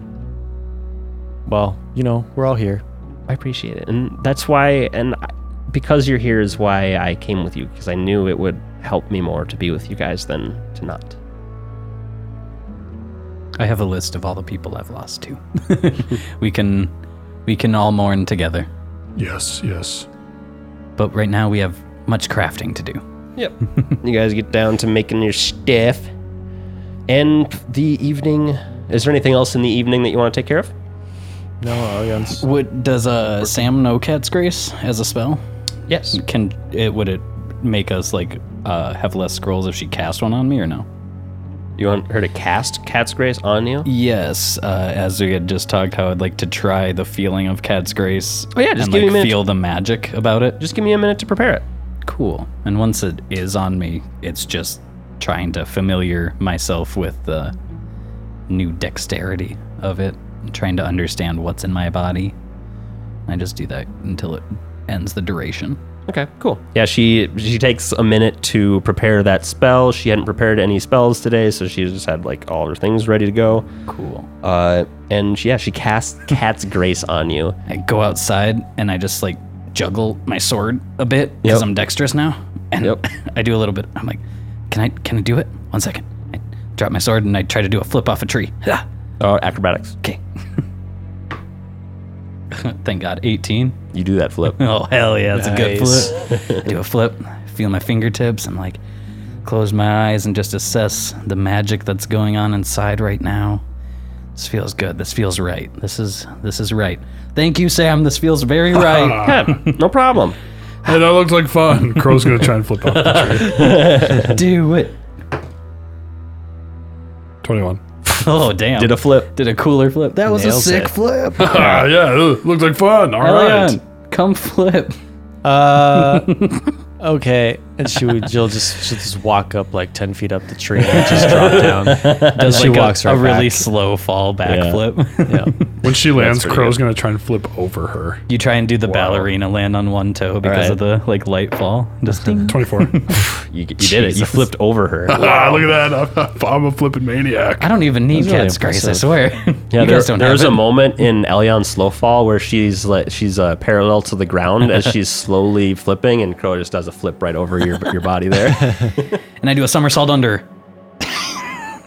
Well, you know, we're all here.
I appreciate it. And that's why and I, because you're here is why I came with you because I knew it would help me more to be with you guys than to not.
I have a list of all the people I've lost to. we can we can all mourn together.
Yes, yes.
But right now we have much crafting to do.
You guys get down to making your stuff. And the evening, is there anything else in the evening that you want to take care of?
No, Arian's
What does uh, Sam know Cat's Grace as a spell?
Yes.
Can it would it make us like uh, have less scrolls if she cast one on me or no?
You want her to cast Cat's Grace on you?
Yes, uh, as we had just talked, how I'd like to try the feeling of Cat's Grace.
Oh, yeah, just
and
give me a
like
minute.
feel the magic about it.
Just give me a minute to prepare it.
Cool. And once it is on me, it's just trying to familiar myself with the new dexterity of it, and trying to understand what's in my body. I just do that until it ends the duration.
Okay, cool. Yeah, she she takes a minute to prepare that spell. She hadn't prepared any spells today, so she just had like all her things ready to go.
Cool.
Uh, and she- yeah, she casts Cat's Grace on you.
I go outside and I just like juggle my sword a bit because
Yep.
I'm dexterous now, and
Yep.
I do a little bit. I'm like, can I can I do it? One second. I drop my sword and I try to do a flip off a tree. Ah,
Oh, acrobatics.
okay. Thank God, 18.
You do that flip.
Oh hell yeah, that's a good flip. I do a flip, feel my fingertips, I'm like close my eyes and just assess the magic that's going on inside right now. This feels good. This feels right. This is this is right. Thank you, Sam. This feels very right.
Yeah, no problem.
Ah. Hey, that looked like fun. Crow's gonna try and flip off the tree.
do it.
Twenty-one.
Oh damn.
Did a flip.
did a cooler flip. That was
Nails
a sick
it.
flip.
Ah, yeah, it looked like fun. All right.
Ryan, Come flip.
Uh, okay. And she would, Jill just, she'll just walk up like 10 feet up the tree and just drop down. Does she
Like a-
walks
a,
right
really
back.
slow fall back
Yeah.
flip.
When she lands,
pretty
Crow's gonna try and flip over her.
you try and do the ballerina land on one toe because of the like light fall. Just ding.
Twenty-four.
You, you did it. You flipped over her.
ah, look at that. I'm, I'm a flipping maniac.
I don't even need
really
cat's grace. I
impressive.
swear.
Yeah,
you
there,
guys don't
there's a
have it.
moment in Elyon's slow fall where she's like she's uh, parallel to the ground as she's slowly flipping, and Crow just does a flip right over your your body there.
and I do a somersault under.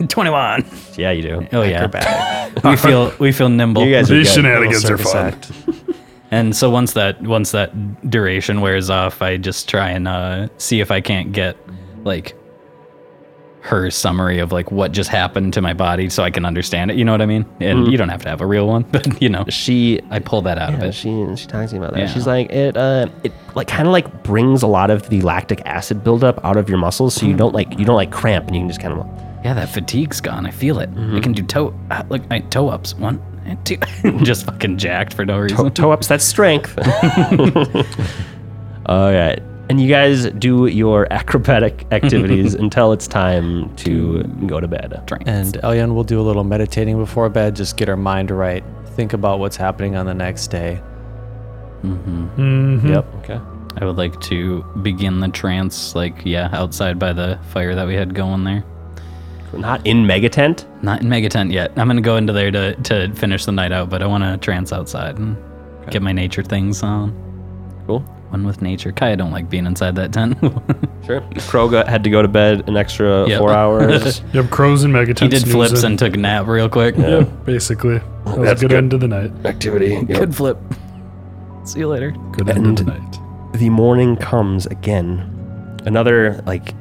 Twenty-one.
yeah, you do.
Oh yeah. we feel we feel nimble.
You guys are
These
good.
shenanigans are
circus
fun.
act.
And so once that once that duration wears off, I just try and uh, see if I can't get like her summary of like what just happened to my body, so I can understand it. You know what I mean? And you don't have to have a real one, but you know,
She
I pull that out
Mm-hmm.
of
Yeah,
it.
she she talks to me about that.
Yeah.
She's like it uh it like kind of like brings a lot of the lactic acid buildup out of your muscles,
Hmm.
so you don't like you don't like cramp, and you can just kind of
Yeah, that fatigue's gone. I feel it.
Mm-hmm.
I can do toe ah, look my toe ups one and two, just fucking jacked for no reason.
toe ups. That's strength. All right, and you guys do your acrobatic activities until it's time to go to bed.
And Elian will do a little meditating before bed, just get her mind right, think about what's happening on the next day.
Yep. Okay.
I would like to begin the trance, like yeah, outside by the fire that we had going there.
Not in mega tent.
Not in mega tent yet. I'm gonna go into there to, to finish the night out, but I want to trance outside and get my nature things on.
Cool.
One with nature. Kai, I don't like being inside that tent.
Sure. Kroga had to go to bed an extra
Yep.
four hours.
Yep, Crow's and Megaton.
he did flips and took a nap real quick.
yeah, basically. That was a good, end to the night.
Activity.
Good flip. See you later.
Good end to the night.
the morning comes again. Another like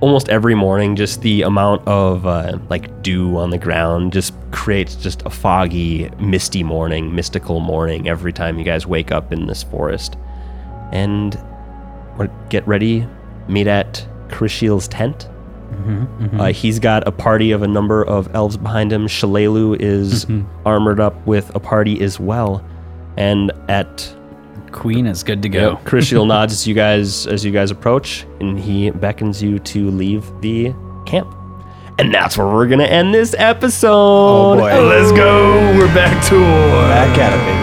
almost every morning, just the amount of uh, like dew on the ground just creates just a foggy, misty morning, mystical morning every time you guys wake up in this forest. And we get ready, meet at Krishiel's tent. Uh, he's got a party of a number of elves behind him. Shalelu is armored up with a party as well. And at
Queen is good to go.
Yep. Crucial nods as you guys as you guys approach, and he beckons you to leave the camp. And that's where we're going to end this episode.
Oh,
boy.
Let's go. We're back to war.
Back at it, baby.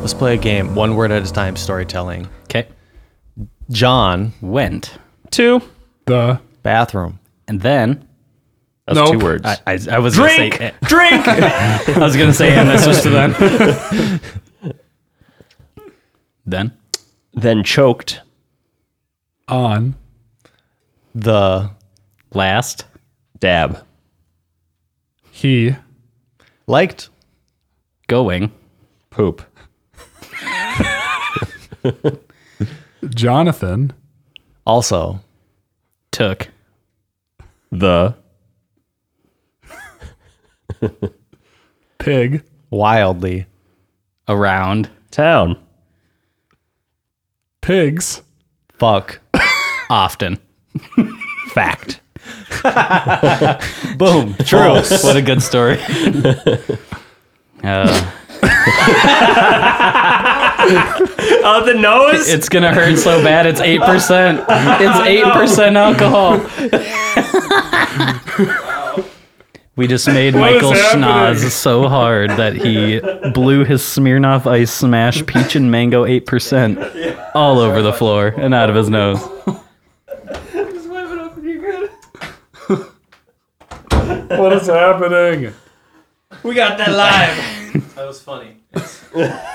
Let's play a game, one word at a time, storytelling.
Okay.
John,
Went.
Two.
The
bathroom.
And then
That's
Nope.
two words.
I, I, I was
Drink.
gonna say
Drink.
I was gonna say and that's just to then. then
then choked.
on
The
last
Dab.
he
liked
going
Poop.
Jonathan
also
took
The
pig
wildly
around
town.
pigs
fuck.
often.
Fact.
Boom. True. what a good story. Uh,
Oh, the nose.
it's gonna hurt so bad. It's eight percent. It's eight percent alcohol. we just made Michael Schnoz so hard that he blew his Smirnoff Ice Smash Peach and Mango eight percent all over the floor and out of his nose.
what is happening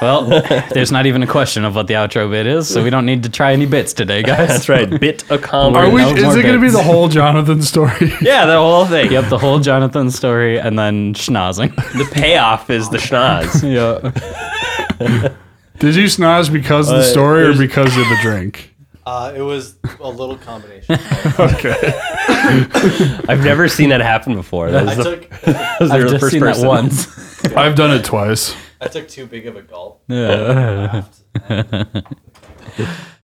Well, there's not even a question of what the outro bit is, so we don't need to try any bits today, guys.
That's right. Bit a comma.
are we
No
is
more
it gonna be
bits.
the whole jonathan story
Yeah, the whole thing.
Yep, the whole Jonathan story and then schnozing.
The payoff is the schnoz.
yeah.
did you snoz because of the story or because of the drink
Uh, it was a little combination.
I've never seen that happen before. That was the,
took
that was
I've
the
just
first
seen
person.
that once.
i've done it twice
I took too big of a gulp.
Yeah.